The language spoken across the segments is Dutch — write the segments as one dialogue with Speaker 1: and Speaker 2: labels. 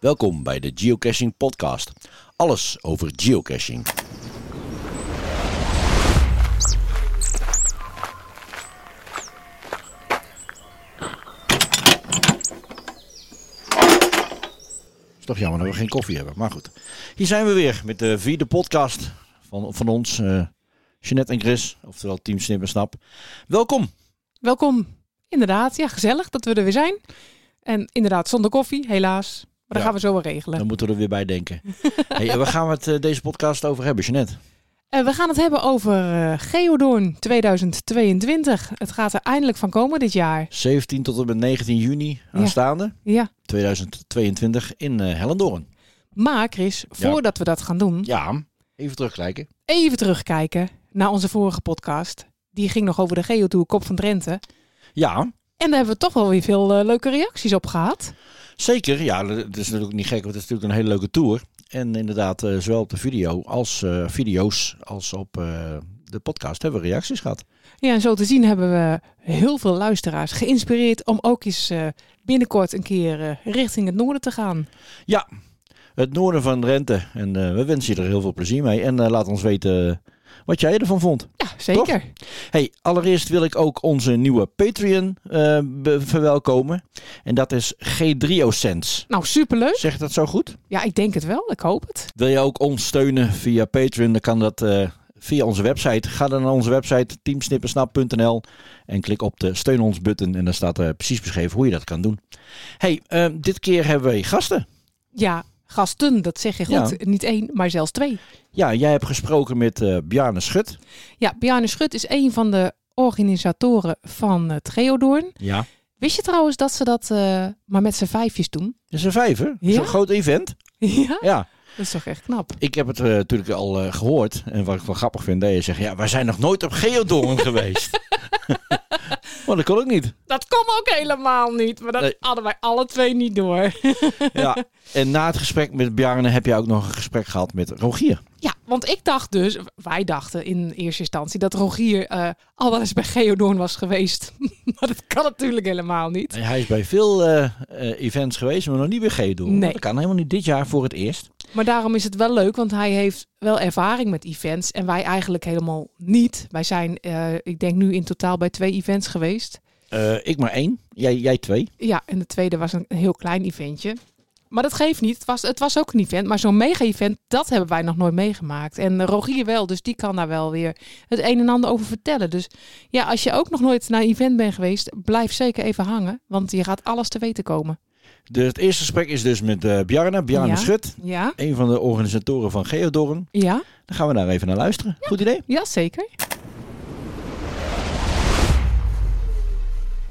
Speaker 1: Welkom bij de Geocaching Podcast. Alles over geocaching. is toch jammer dat we geen koffie hebben, maar goed. Hier zijn we weer met de vierde podcast van, van ons, eh Jeanette en Chris, oftewel Team Snip en Snap. Welkom.
Speaker 2: Welkom. Inderdaad, ja, gezellig dat we er weer zijn. En inderdaad, zonder koffie, helaas. Maar dat
Speaker 1: Ja.
Speaker 2: gaan we zo wel regelen.
Speaker 1: Dan moeten we er weer bij denken. Hey, en waar gaan we het eh, deze podcast over hebben, Jeanette?
Speaker 2: Eh, we gaan het hebben over eh, Geodoorn 2022. Het gaat er eindelijk van komen dit jaar.
Speaker 1: 17 tot en met 19 juni
Speaker 2: Ja.
Speaker 1: aanstaande.
Speaker 2: Ja.
Speaker 1: 2022 in eh Hellendoorn.
Speaker 2: Maar Chris,
Speaker 1: Ja.
Speaker 2: voordat we dat gaan doen,
Speaker 1: Ja, even terugkijken.
Speaker 2: even terugkijken naar onze vorige podcast. Die ging nog over de Geotour Kop van Drenthe.
Speaker 1: Ja,
Speaker 2: En daar hebben we toch wel weer veel eh, leuke reacties op gehad.
Speaker 1: zeker. Ja, dat is natuurlijk niet gek, want het is natuurlijk een hele leuke tour. En inderdaad, eh, zowel op de video als eh, video's als op eh, de podcast hebben we reacties gehad.
Speaker 2: Ja, en zo te zien hebben we heel veel luisteraars geïnspireerd om ook eens eh, binnenkort een keer eh, richting het noorden te gaan.
Speaker 1: Het noorden van Drenthe. En eh, we wensen je er heel veel plezier mee. En eh, laat ons weten wat jij ervan vond.
Speaker 2: Ja, zeker.
Speaker 1: Hey, allereerst wil ik ook onze nieuwe Patreon eh, be- verwelkomen. En dat is G3OSense.
Speaker 2: Nou, superleuk.
Speaker 1: Zegt dat zo goed?
Speaker 2: Ja, ik denk het wel. Ik hoop het.
Speaker 1: Wil je ook ons steunen via Patreon? Dan kan dat eh, via onze website. Ga dan naar onze website teamsnippersnap.nl en klik op de steun ons button. En dan staat er precies beschreven hoe je dat kan doen. hey, eh, dit keer hebben wij gasten.
Speaker 2: Ja, gasten, dat zeg je goed. Niet één, maar zelfs twee.
Speaker 1: Ja, jij hebt gesproken met eh Bjarne Schut.
Speaker 2: Ja, Bjarne Schut is een van de organisatoren van het Geodoorn.
Speaker 1: Ja.
Speaker 2: Wist je trouwens dat ze dat eh, maar met z'n vijfjes doen?
Speaker 1: Dat is een vijf, hè? Dat is
Speaker 2: Ja?
Speaker 1: een groot event.
Speaker 2: Ja,
Speaker 1: Ja.
Speaker 2: dat is toch echt knap.
Speaker 1: Ik heb het eh, natuurlijk al eh, gehoord. En wat ik wel grappig vind, dat je zegt... Ja, wij zijn nog nooit op Geodoorn geweest. maar dat kon ook niet.
Speaker 2: Dat kon ook helemaal niet, maar dat
Speaker 1: Nee.
Speaker 2: hadden wij alle twee niet door.
Speaker 1: Ja. En na het gesprek met Bjarne heb je ook nog een gesprek gehad met Rogier.
Speaker 2: Ja, want ik dacht dus, wij dachten in eerste instantie dat Rogier eh, al wel eens bij Geodoorn was geweest. maar dat kan natuurlijk helemaal niet.
Speaker 1: Nee, hij is bij veel eh, eh, events geweest, maar nog niet bij G-doel.
Speaker 2: Nee.
Speaker 1: Dat kan helemaal niet dit jaar voor het eerst.
Speaker 2: Maar daarom is het wel leuk, want hij heeft wel ervaring met events en wij eigenlijk helemaal niet. Wij zijn, eh, ik denk nu in totaal bij twee events geweest.
Speaker 1: Eh, ik maar één, jij, jij twee.
Speaker 2: Ja, en de tweede was een heel klein eventje. Maar dat geeft niet. Het was, het was ook een event, maar zo'n mega-event, dat hebben wij nog nooit meegemaakt. En eh, Rogier wel, dus die kan daar wel weer het een en ander over vertellen. Dus ja, als je ook nog nooit naar een event bent geweest, blijf zeker even hangen, want je gaat alles te weten komen.
Speaker 1: Dus het eerste gesprek is dus met eh, Bjarne, Bjarne
Speaker 2: Ja.
Speaker 1: Schut.
Speaker 2: Ja?
Speaker 1: Een van de organisatoren van Geodorn.
Speaker 2: Ja?
Speaker 1: Dan gaan we daar even naar luisteren. Goed idee?
Speaker 2: Ja, zeker.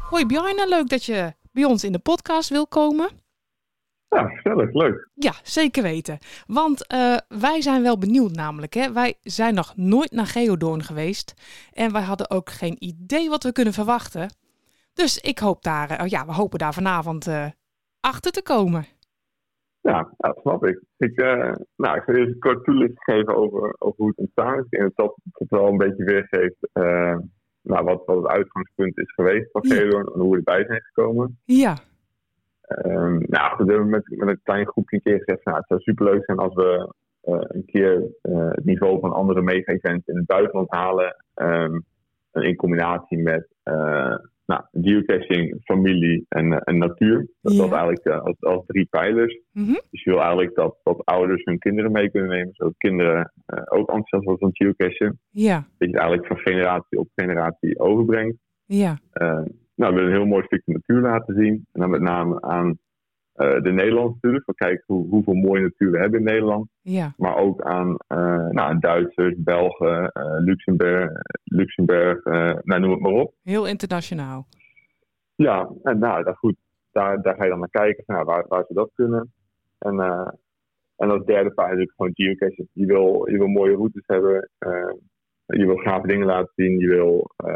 Speaker 2: Hoi Bjarne, leuk dat je bij ons in de podcast wil komen.
Speaker 3: Ja, gezellig, leuk.
Speaker 2: Ja, zeker weten. Want eh, wij zijn wel benieuwd namelijk. Hè? Wij zijn nog nooit naar Geodoorn geweest. En wij hadden ook geen idee wat we kunnen verwachten. Dus ik hoop daar, eh, ja, we hopen daar vanavond eh, achter te komen.
Speaker 3: Ja, ja, snap ik. Ik, eh, nou, ik zal eerst een kort toelichting geven over, over hoe het ontstaan is. Ik denk dat dat het wel een beetje weergeeft eh, nou, wat, wat het uitgangspunt is geweest van
Speaker 2: Ja.
Speaker 3: Geodorn en hoe we erbij zijn gekomen.
Speaker 2: Ja,
Speaker 3: Ehm nou, goed, we hebben met, met een klein groepje een keer gezegd, nou, het zou superleuk zijn als we eh, een keer eh, het niveau van andere mega-events in het buitenland halen. ehm, en in combinatie met eh, nou, geocaching, familie en, eh, en natuur. Dat,
Speaker 2: Ja.
Speaker 3: dat eigenlijk eh, als, als drie pijlers.
Speaker 2: Mhm.
Speaker 3: Dus je wil eigenlijk dat, dat ouders hun kinderen mee kunnen nemen, zodat kinderen eh, ook enthousiast worden van geocachen.
Speaker 2: ja,
Speaker 3: Dat je het eigenlijk van generatie op generatie overbrengt.
Speaker 2: ja,
Speaker 3: Eh, nou, we willen een heel mooi stukje natuur laten zien. En dan met name aan eh, de Nederlandse natuurlijk, van kijk hoe, hoeveel mooie natuur we hebben in Nederland.
Speaker 2: ja,
Speaker 3: Maar ook aan, eh, nou, aan Duitsers, Belgen, eh, Luxemburg, Luxemburg eh, nou, noem het maar op.
Speaker 2: heel internationaal.
Speaker 3: Ja, en nou, daar, goed, daar, daar ga je dan naar kijken van, nou, waar, waar ze dat kunnen. En, eh, en als derde paar natuurlijk gewoon geocaching. Je wil, je wil mooie routes hebben, eh, je wil gave dingen laten zien. Je wil, eh,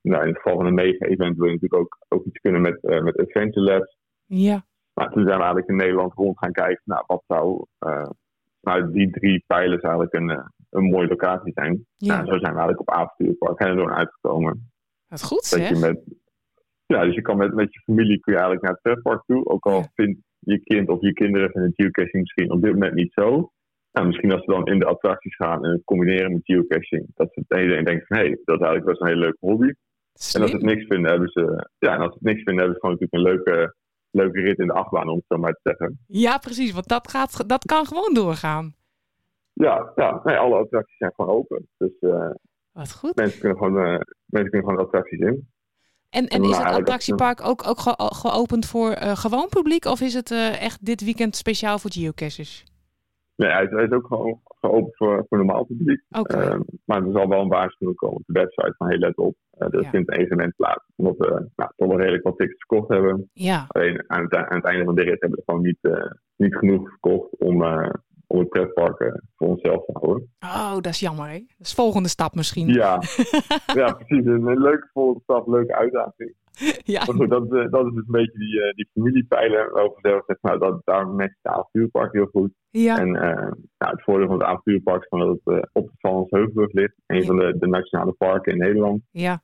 Speaker 3: nou, in het geval van een mega-event wil je natuurlijk ook, ook iets kunnen met, eh, met Adventure Labs.
Speaker 2: Ja,
Speaker 3: Maar toen zijn we eigenlijk in Nederland rond gaan kijken, nou, wat zou eh vanuit die drie pijlers eigenlijk een, eh, een mooie locatie zijn. Nou,
Speaker 2: ja,
Speaker 3: zo zijn we eigenlijk op avontuurpark Hennedorn uitgekomen.
Speaker 2: wat goed
Speaker 3: Dat
Speaker 2: zeg.
Speaker 3: je met, ja, dus je kan met, met je familie kun je eigenlijk naar het pretpark toe. Ook al
Speaker 2: Ja.
Speaker 3: vindt je kind of je kinderen vinden geocaching misschien op dit moment niet zo. Nou, misschien als ze dan in de attracties gaan en het combineren met geocaching, dat ze iedereen denkt van hé, hey, dat is eigenlijk best een hele leuke hobby. En als ze het niks vinden, hebben ze, ja, en als ze het niks vinden, hebben ze gewoon natuurlijk een leuke, leuke rit in de achtbaan, om het zo maar te zeggen.
Speaker 2: Ja, precies. Want dat, gaat, dat kan gewoon doorgaan.
Speaker 3: Ja, ja nee, alle attracties zijn gewoon open. Dus eh,
Speaker 2: Wat goed.
Speaker 3: mensen, kunnen gewoon, eh, mensen kunnen gewoon attracties in.
Speaker 2: En, en
Speaker 3: Nou,
Speaker 2: is het
Speaker 3: eigenlijk-
Speaker 2: attractiepark ook, ook ge- geopend voor eh, gewoon publiek? Of is het eh, echt dit weekend speciaal voor geocachers?
Speaker 3: Nee, hij is, hij is ook gewoon geopend voor, voor normaal publiek.
Speaker 2: Oké.
Speaker 3: Eh, maar er zal wel een waarschuwing komen op de website van hey, let op. eh, er
Speaker 2: Ja.
Speaker 3: vindt een evenement plaats. Omdat we nou, toch wel redelijk wat tickets verkocht hebben.
Speaker 2: ja,
Speaker 3: Alleen aan het, e-, aan het einde van de rit hebben we gewoon niet, eh, niet genoeg verkocht om, eh, om het pretpark eh, voor onszelf te houden.
Speaker 2: oh, dat is jammer. Hè? Dat is volgende stap misschien.
Speaker 3: Ja, ja precies. Een, een leuke volgende stap, leuke uitdaging.
Speaker 2: Ja.
Speaker 3: Maar goed, dat, is, eh, dat is dus een beetje die, eh die familiepijler waarover zelf zegt, nou, dat, daar matcht het avontuurpark heel goed.
Speaker 2: Ja.
Speaker 3: En eh, nou, het voordeel van het avontuurpark is gewoon dat het eh, op de Van Heuvelbrug ligt. Een
Speaker 2: Ja.
Speaker 3: van de, de nationale parken in Nederland.
Speaker 2: ja.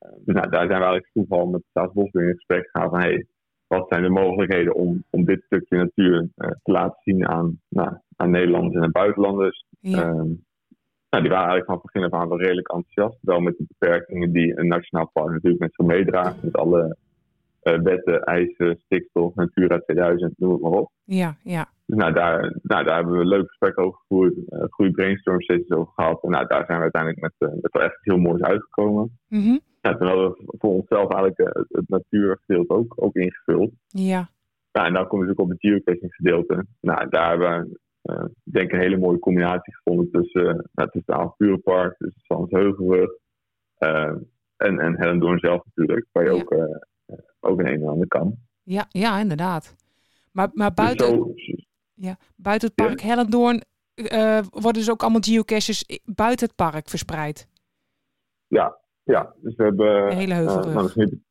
Speaker 3: Dus nou, daar zijn we eigenlijk vroeg al met de Staatsbosbeheer in gesprek gegaan van hey, wat zijn de mogelijkheden om, om dit stukje natuur eh, te laten zien aan, nou, aan Nederlanders en aan buitenlanders.
Speaker 2: Ja.
Speaker 3: Ehm, nou, die waren eigenlijk van begin af aan wel redelijk enthousiast, wel met de beperkingen die een nationaal park natuurlijk met zich meedraagt, met alle eh, wetten, eisen, stikstof, Natura 2000, noem het maar op.
Speaker 2: ja, ja.
Speaker 3: Dus nou, daar, nou, daar hebben we een leuk gesprek over gevoerd, eh goede brainstorm sessies over gehad. En nou, daar zijn we uiteindelijk met, eh, met wel echt heel moois uitgekomen.
Speaker 2: Mhm.
Speaker 3: Ja, toen hadden we voor onszelf eigenlijk eh, het, het natuurgedeelte ook, ook ingevuld.
Speaker 2: ja.
Speaker 3: Ja, en dan kom je natuurlijk op het geocaching gedeelte. Nou, daar hebben we eh, ik denk een hele mooie combinatie gevonden tussen, eh, nou, tussen het avonturenpark, tussen Sans Heuvelrug eh, en, en Hellendoorn zelf natuurlijk, waar je
Speaker 2: Ja.
Speaker 3: ook, eh, ook een en ander kan.
Speaker 2: ja, ja, inderdaad. Maar, maar
Speaker 3: Dus
Speaker 2: buiten,
Speaker 3: zo-
Speaker 2: ja, buiten het park Hellendoorn eh, worden dus ook allemaal geocaches i- buiten het park verspreid.
Speaker 3: ja, dus we hebben...
Speaker 2: De hele
Speaker 3: eh, nou,
Speaker 2: heuvelrug.
Speaker 3: misschien, heb je-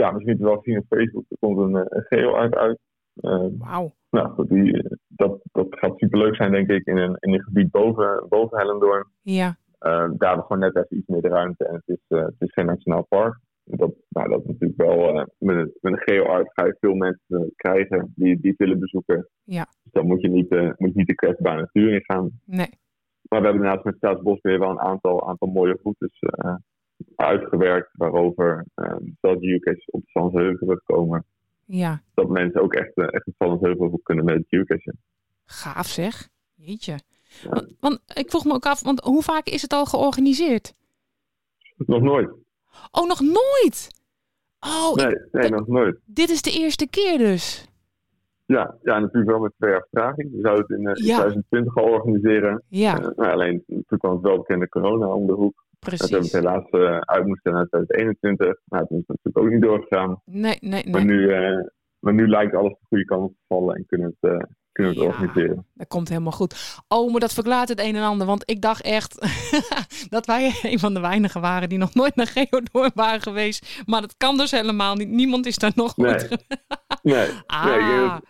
Speaker 3: ja, misschien heb je wel gezien op Facebook, er komt een, eh, een geo uit uit. Eh,
Speaker 2: Wauw.
Speaker 3: Nou, goed, die, dat, dat gaat superleuk zijn, denk ik, in een, in een gebied boven, boven Hellendoorn.
Speaker 2: Ja,
Speaker 3: Eh, daar hebben we gewoon net even iets meer de ruimte en het is, eh, het is geen nationaal park. Dat, nou, dat is natuurlijk wel, eh, met, een- met een geo-art ga je veel mensen eh, krijgen die, die het willen bezoeken.
Speaker 2: Ja.
Speaker 3: Dus dan moet je niet, eh, moet je niet de kwetsbare natuur in gaan.
Speaker 2: nee.
Speaker 3: Maar we hebben daarnaast met Staatsbosbeheer wel een aantal, aantal mooie routes eh, uitgewerkt waarover eh, dat geocaches op de Zandheuvel komen.
Speaker 2: Ja,
Speaker 3: Dat mensen ook echt, eh, echt de Zandheuvel op kunnen met het geocachen.
Speaker 2: gaaf zeg. Jeetje. Want, want ik vroeg me ook af, want hoe vaak is het al georganiseerd?
Speaker 3: Nog nooit.
Speaker 2: Oh, nog nooit? Oh,
Speaker 3: Nee, nee,
Speaker 2: dat-
Speaker 3: nog nooit.
Speaker 2: dit is de eerste keer dus.
Speaker 3: Ja, ja, natuurlijk wel met twee jaar vertraging. We zouden het in eh,
Speaker 2: Ja.
Speaker 3: 2020 gaan organiseren.
Speaker 2: Ja,
Speaker 3: Eh, maar alleen toen kwam het welbekende corona om de hoek. Dat hebben
Speaker 2: precies.
Speaker 3: we het helaas eh, uit moesten naar 2021. Nou, toen is het natuurlijk ook niet doorgegaan.
Speaker 2: Nee, nee,
Speaker 3: Maar,
Speaker 2: nee.
Speaker 3: nu, eh, maar nu lijkt alles de goede kant op te vallen en kunnen we het, eh, kunnen we het
Speaker 2: Ja.
Speaker 3: organiseren.
Speaker 2: Dat komt helemaal goed. Oh, maar dat verklaart het een en ander. Want ik dacht echt dat wij een van de weinigen waren die nog nooit naar Geodoor waren geweest. Maar dat kan dus helemaal niet. Niemand is daar nog
Speaker 3: Nee.
Speaker 2: nooit geweest.
Speaker 3: Nee, nee, ik denk
Speaker 2: Ah,
Speaker 3: dat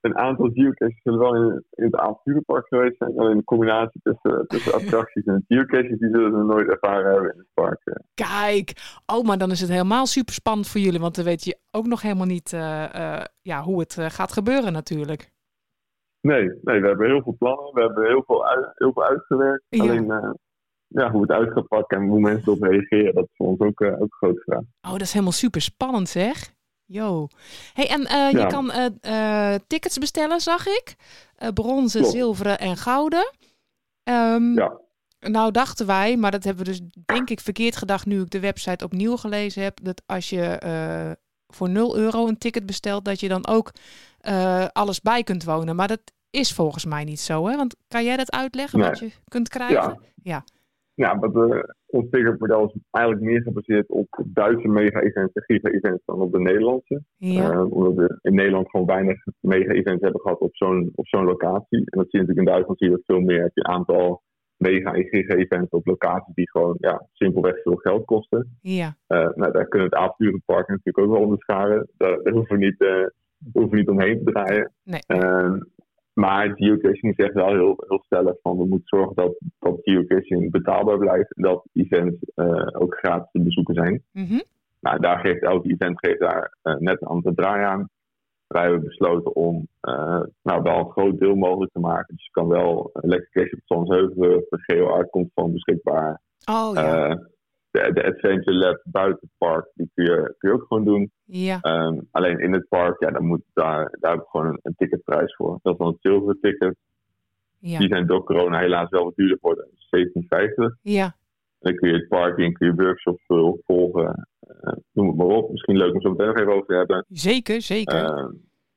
Speaker 3: een aantal geocaches zullen wel in, in het avonturenpark geweest zijn. Alleen de combinatie tussen, tussen attracties en geocaches, die zullen we nooit ervaren hebben in het park. eh.
Speaker 2: kijk. Oh, maar dan is het helemaal super spannend voor jullie. Want dan weet je ook nog helemaal niet eh, eh, ja, hoe het eh, gaat gebeuren natuurlijk.
Speaker 3: Nee, nee, we hebben heel veel plannen. We hebben heel veel, uit- heel veel uitgewerkt.
Speaker 2: Ja.
Speaker 3: Alleen eh, ja, hoe het uit gaat pakken en hoe mensen erop reageren, dat is voor ons ook, eh, ook een grote vraag.
Speaker 2: Oh, dat is helemaal super spannend, zeg. Yo. Hey, en eh, je
Speaker 3: Ja.
Speaker 2: kan eh, eh, tickets bestellen, zag ik. Eh, bronzen,
Speaker 3: Klopt.
Speaker 2: zilveren en gouden. Ehm,
Speaker 3: Ja.
Speaker 2: Nou dachten wij, maar dat hebben we dus denk ik verkeerd gedacht nu ik de website opnieuw gelezen heb. Dat als je eh, voor 0 euro een ticket bestelt, dat je dan ook eh, alles bij kunt wonen. Maar dat is volgens mij niet zo, hè? Want kan jij dat uitleggen wat je kunt krijgen? Ja.
Speaker 3: Ja, wat, eh, ons ticketmodel is eigenlijk meer gebaseerd op Duitse mega-events en giga-events dan op de Nederlandse.
Speaker 2: Ja.
Speaker 3: Eh, omdat we in Nederland gewoon weinig mega-events hebben gehad op zo'n, op zo'n locatie. En dat zie je natuurlijk in Duitsland zie je dat veel meer. Heb je een aantal mega- en giga-events op locaties die gewoon ja, simpelweg veel geld kosten.
Speaker 2: ja.
Speaker 3: Eh, nou, daar kunnen we het avonturenpark natuurlijk ook wel onder scharen. Daar, daar hoeven, we niet, eh, hoeven we niet omheen te draaien.
Speaker 2: Nee.
Speaker 3: Ehm, maar geocaching zegt wel heel, heel stellig van we moeten zorgen dat, dat geocaching betaalbaar blijft. En dat events eh, ook gratis te bezoeken zijn.
Speaker 2: Mhm.
Speaker 3: Nou, daar geeft elk event geeft daar eh, net een andere draai aan. wij hebben besloten om eh, nou, wel een groot deel mogelijk te maken. Dus je kan wel een Cash op Zandheuvelen, de GeoArt komt van beschikbaar.
Speaker 2: Oh ja.
Speaker 3: Eh, de, de Adventure Lab buiten het park, die kun je, kun je ook gewoon doen.
Speaker 2: ja.
Speaker 3: Ehm, alleen in het park, ja, dan moet, daar, daar heb ik gewoon een, een ticketprijs voor. Dat is dan het zilveren ticket.
Speaker 2: Ja.
Speaker 3: Die zijn door corona helaas wel wat duurder geworden. Dat is 17,50.
Speaker 2: Ja.
Speaker 3: Dan kun je het park in, kun je workshops vol- volgen. Eh, noem het maar op. Misschien leuk om zo meteen nog even over te hebben.
Speaker 2: Zeker, zeker.
Speaker 3: Ehm, en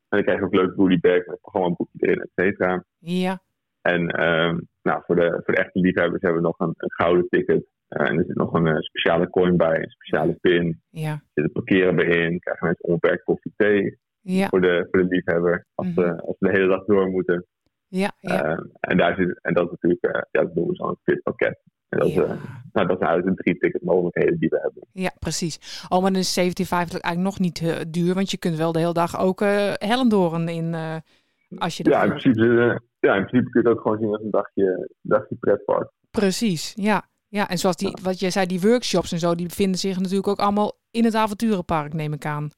Speaker 3: dan krijg je ook leuk goodie bag met programmaboekje erin, et cetera.
Speaker 2: ja.
Speaker 3: En ehm, nou, voor, de, voor de echte liefhebbers hebben we nog een, een gouden ticket. Eh, en er zit nog een eh, speciale coin bij, een speciale pin. Er
Speaker 2: Ja.
Speaker 3: zit een parkeren bij in. Krijgen mensen onbeperkt koffie thee
Speaker 2: Ja.
Speaker 3: voor de, voor de liefhebber. Als, ze-
Speaker 2: Mhm.
Speaker 3: als ze de hele dag door moeten.
Speaker 2: Ja. Ja.
Speaker 3: Ehm, en daar zit, en dat is natuurlijk, eh, ja, dat doen we zo'n fitpakket. En dat,
Speaker 2: Ja.
Speaker 3: eh, nou, dat zijn eigenlijk de drie ticketmogelijkheden die we hebben.
Speaker 2: Ja, precies. Oh, maar dan is 1750 eigenlijk nog niet eh, duur, want je kunt wel de hele dag ook eh Hellendoorn in, eh, als je dat
Speaker 3: Ja, in
Speaker 2: wil.
Speaker 3: principe, eh, ja, in principe kun je het ook gewoon zien als een dagje, dagje pretpark.
Speaker 2: Precies, ja. Ja, en zoals die, wat jij zei, die workshops en zo, die bevinden zich natuurlijk ook allemaal in het avonturenpark, neem ik aan.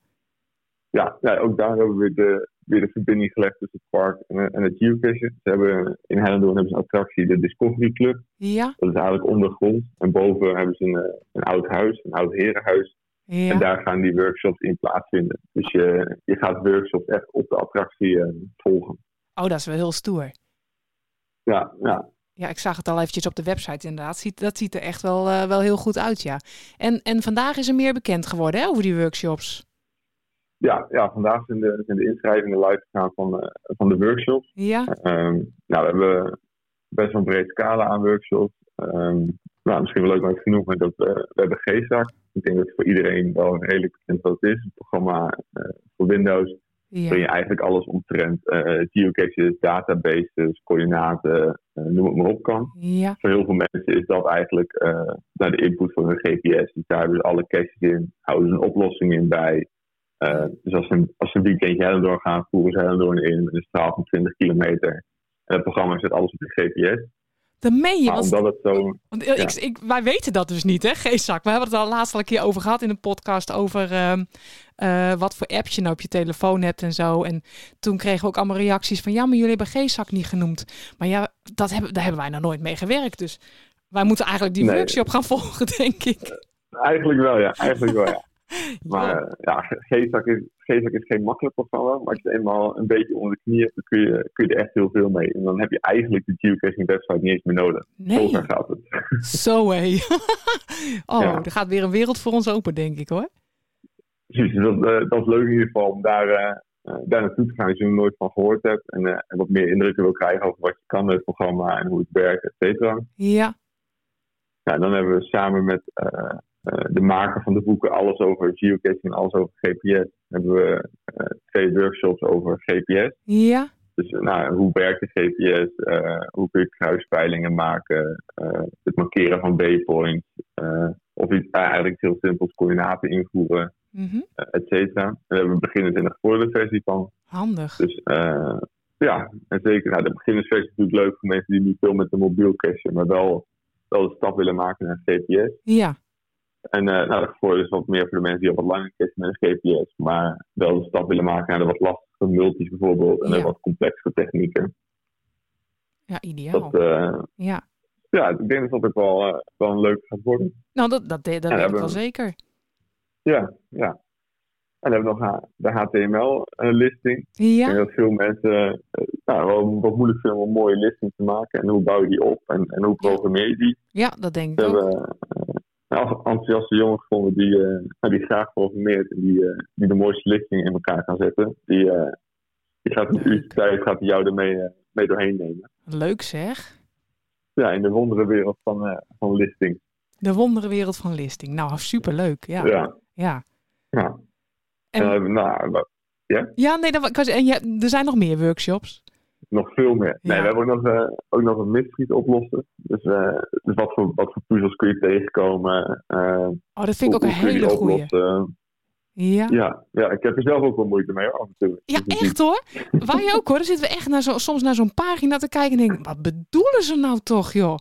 Speaker 3: Ja, ja, ook daar hebben we weer de, weer de verbinding gelegd tussen het park en, eh, en het geocache. Ze hebben, in Hellendoorn hebben ze een attractie, de Discovery Club.
Speaker 2: Ja,
Speaker 3: Dat is eigenlijk ondergrond. En boven hebben ze een, eh, een oud huis, een oud herenhuis. En
Speaker 2: ja,
Speaker 3: daar gaan die workshops in plaatsvinden. Dus je, je gaat workshops echt op de attractie eh, volgen.
Speaker 2: oh, dat is wel heel stoer.
Speaker 3: Ja, ja,
Speaker 2: Ja, ik zag het al eventjes op de website inderdaad. Ziet, dat ziet er echt wel, eh, wel heel goed uit, ja. En, en vandaag is er meer bekend geworden hè, over die workshops.
Speaker 3: Ja, ja vandaag zijn de, zijn de inschrijvingen live gegaan van, eh, van de workshop.
Speaker 2: Ja,
Speaker 3: Ehm, nou, we hebben best wel een breed scala aan workshops. Ehm, nou, misschien wel leuk om even te noemen dat eh, we hebben GZAC. Ik denk dat het voor iedereen wel redelijk bekend wat het is. Een programma eh, voor Windows
Speaker 2: ja,
Speaker 3: waarin je eigenlijk alles omtrent eh geocaches, databases, coördinaten, eh, noem het maar op kan.
Speaker 2: ja,
Speaker 3: Voor heel veel mensen is dat eigenlijk eh, naar de input van hun GPS. Dus daar hebben ze alle caches in, houden ze een oplossing in bij. Eh, dus als ze, een- als ze een weekendje Hellendoorn gaan, voeren ze Hellendoorn in met een straal van 20 kilometer. En het programma zet alles op de GPS.
Speaker 2: dat meen je.
Speaker 3: Maar
Speaker 2: Want,
Speaker 3: omdat het zo...
Speaker 2: want, eh,
Speaker 3: ja.
Speaker 2: ik, ik, wij weten dat dus niet, hè, Geesak. We hebben het al laatst al een keer over gehad in een podcast over ehm, eh, wat voor apps je nou op je telefoon hebt en zo. En toen kregen we ook allemaal reacties van, ja, maar jullie hebben Geesak niet genoemd. Maar ja, dat hebben, daar hebben wij nog nooit mee gewerkt, dus... Wij moeten eigenlijk die
Speaker 3: Nee.
Speaker 2: workshop gaan volgen, denk ik.
Speaker 3: Eigenlijk wel, ja. Eigenlijk wel, ja. Maar eh, ja, GZAC is, GZAC is geen makkelijk programma. Maar als je het eenmaal een beetje onder de knie hebt, dan kun je, kun je er echt heel veel mee. En dan heb je eigenlijk de geocaching website niet eens meer nodig. Zo
Speaker 2: nee.
Speaker 3: ver gaat het.
Speaker 2: Zo hé. oh,
Speaker 3: Ja.
Speaker 2: er gaat weer een wereld voor ons open, denk ik hoor.
Speaker 3: Precies, dus dat, eh, dat is leuk in ieder geval om daar, eh, eh, daar naartoe te gaan als je er nooit van gehoord hebt. En, eh, en wat meer indrukken wil krijgen over wat je kan met het programma en hoe het werkt, et cetera.
Speaker 2: Ja,
Speaker 3: Nou, dan hebben we samen met eh, eh, de maker van de boeken Alles over Geocaching en Alles over GPS, hebben we eh, twee workshops over GPS.
Speaker 2: ja,
Speaker 3: Dus eh, nou, hoe werkt de GPS, eh, hoe kun je kruispeilingen maken, eh, het markeren van waypoints, eh, of iets, ah, eigenlijk heel simpel coördinaten invoeren
Speaker 2: mhm.
Speaker 3: eh, et cetera. En Daar hebben we beginners en een gevorderde versie van.
Speaker 2: handig.
Speaker 3: Dus eh, ja, en zeker nou, de beginnersversie is natuurlijk leuk voor mensen die niet veel met een mobiel cashen, maar wel, wel de stap willen maken naar GPS.
Speaker 2: Ja,
Speaker 3: En eh nou, de gevorderde is wat meer voor de mensen die al wat langer cashen met een GPS, maar wel de stap willen maken naar de wat lastige multis bijvoorbeeld en de
Speaker 2: Ja.
Speaker 3: wat complexere technieken.
Speaker 2: ja ideaal.
Speaker 3: Dat, eh,
Speaker 2: ja.
Speaker 3: ja, ik denk dat dat ook wel, eh, wel een leuk gaat worden.
Speaker 2: Nou, dat, dat, dat, weet ik
Speaker 3: hebben
Speaker 2: wel
Speaker 3: we-
Speaker 2: zeker.
Speaker 3: Ja, ja. En dan hebben we nog ha- de HTML-listing. Ik
Speaker 2: Ja,
Speaker 3: denk dat veel mensen eh, nou, wel wat moeilijk vinden om een mooie listing te maken. En hoe bouw je die op en, en hoe programmeer je die?
Speaker 2: ja, dat denk
Speaker 3: We
Speaker 2: ik ook.
Speaker 3: hebben eh, een enth- enthousiaste jongen gevonden die, eh, nou, die graag programmeert en die, eh, die de mooiste listing in elkaar gaan zetten. Die, eh, die gaat een
Speaker 2: Leuk.
Speaker 3: uurtje tijd gaat die jou ermee eh, mee doorheen nemen.
Speaker 2: Leuk zeg.
Speaker 3: Ja, in de wonderenwereld van, eh, van listing.
Speaker 2: De wonderenwereld van listing. Nou, superleuk. Ja,
Speaker 3: Ja.
Speaker 2: ja.
Speaker 3: ja.
Speaker 2: ja.
Speaker 3: En
Speaker 2: En-
Speaker 3: dan hebben we, nou, we-
Speaker 2: nee, dat, wa- ik was- en je, hebt- er zijn nog meer workshops.
Speaker 3: nog veel meer. Nee,
Speaker 2: Ja.
Speaker 3: we hebben ook nog, eh, ook nog een mystery te oplossen. Dus, eh, dus wat, voor, wat voor puzzels kun je tegenkomen? eh,
Speaker 2: Oh, dat vind ik ook
Speaker 3: Hoe-
Speaker 2: een
Speaker 3: hoe kun je
Speaker 2: hele
Speaker 3: die
Speaker 2: goeie.
Speaker 3: oplossen?
Speaker 2: Ja.
Speaker 3: Ja, ja, ik heb er zelf ook wel moeite mee hoor, af en toe.
Speaker 2: Ja,
Speaker 3: Dus het is-
Speaker 2: echt hoor. Wij ook hoor. Dan zitten we echt naar zo, soms naar zo'n pagina te kijken en denken, wat bedoelen ze nou toch, joh?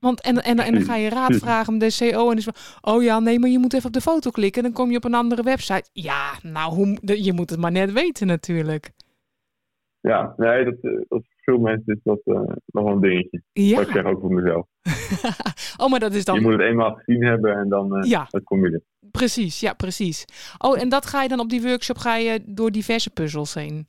Speaker 2: Want en, en, en dan ga je raad vragen om de CO en dus oh ja, nee, maar je moet even op de foto klikken en dan kom je op een andere website. Ja, nou, hoe, je moet het maar net weten natuurlijk.
Speaker 3: Ja, nee, dat, eh, dat voor veel mensen is dat eh, nog wel een dingetje. Dat
Speaker 2: Ja.
Speaker 3: Ik zeg ook voor mezelf.
Speaker 2: Oh, maar dat is dan
Speaker 3: Je moet het eenmaal gezien hebben en dan, eh,
Speaker 2: Ja.
Speaker 3: dan kom je er.
Speaker 2: precies, ja, precies. Oh, en dat ga je dan op die workshop ga je door diverse puzzels heen.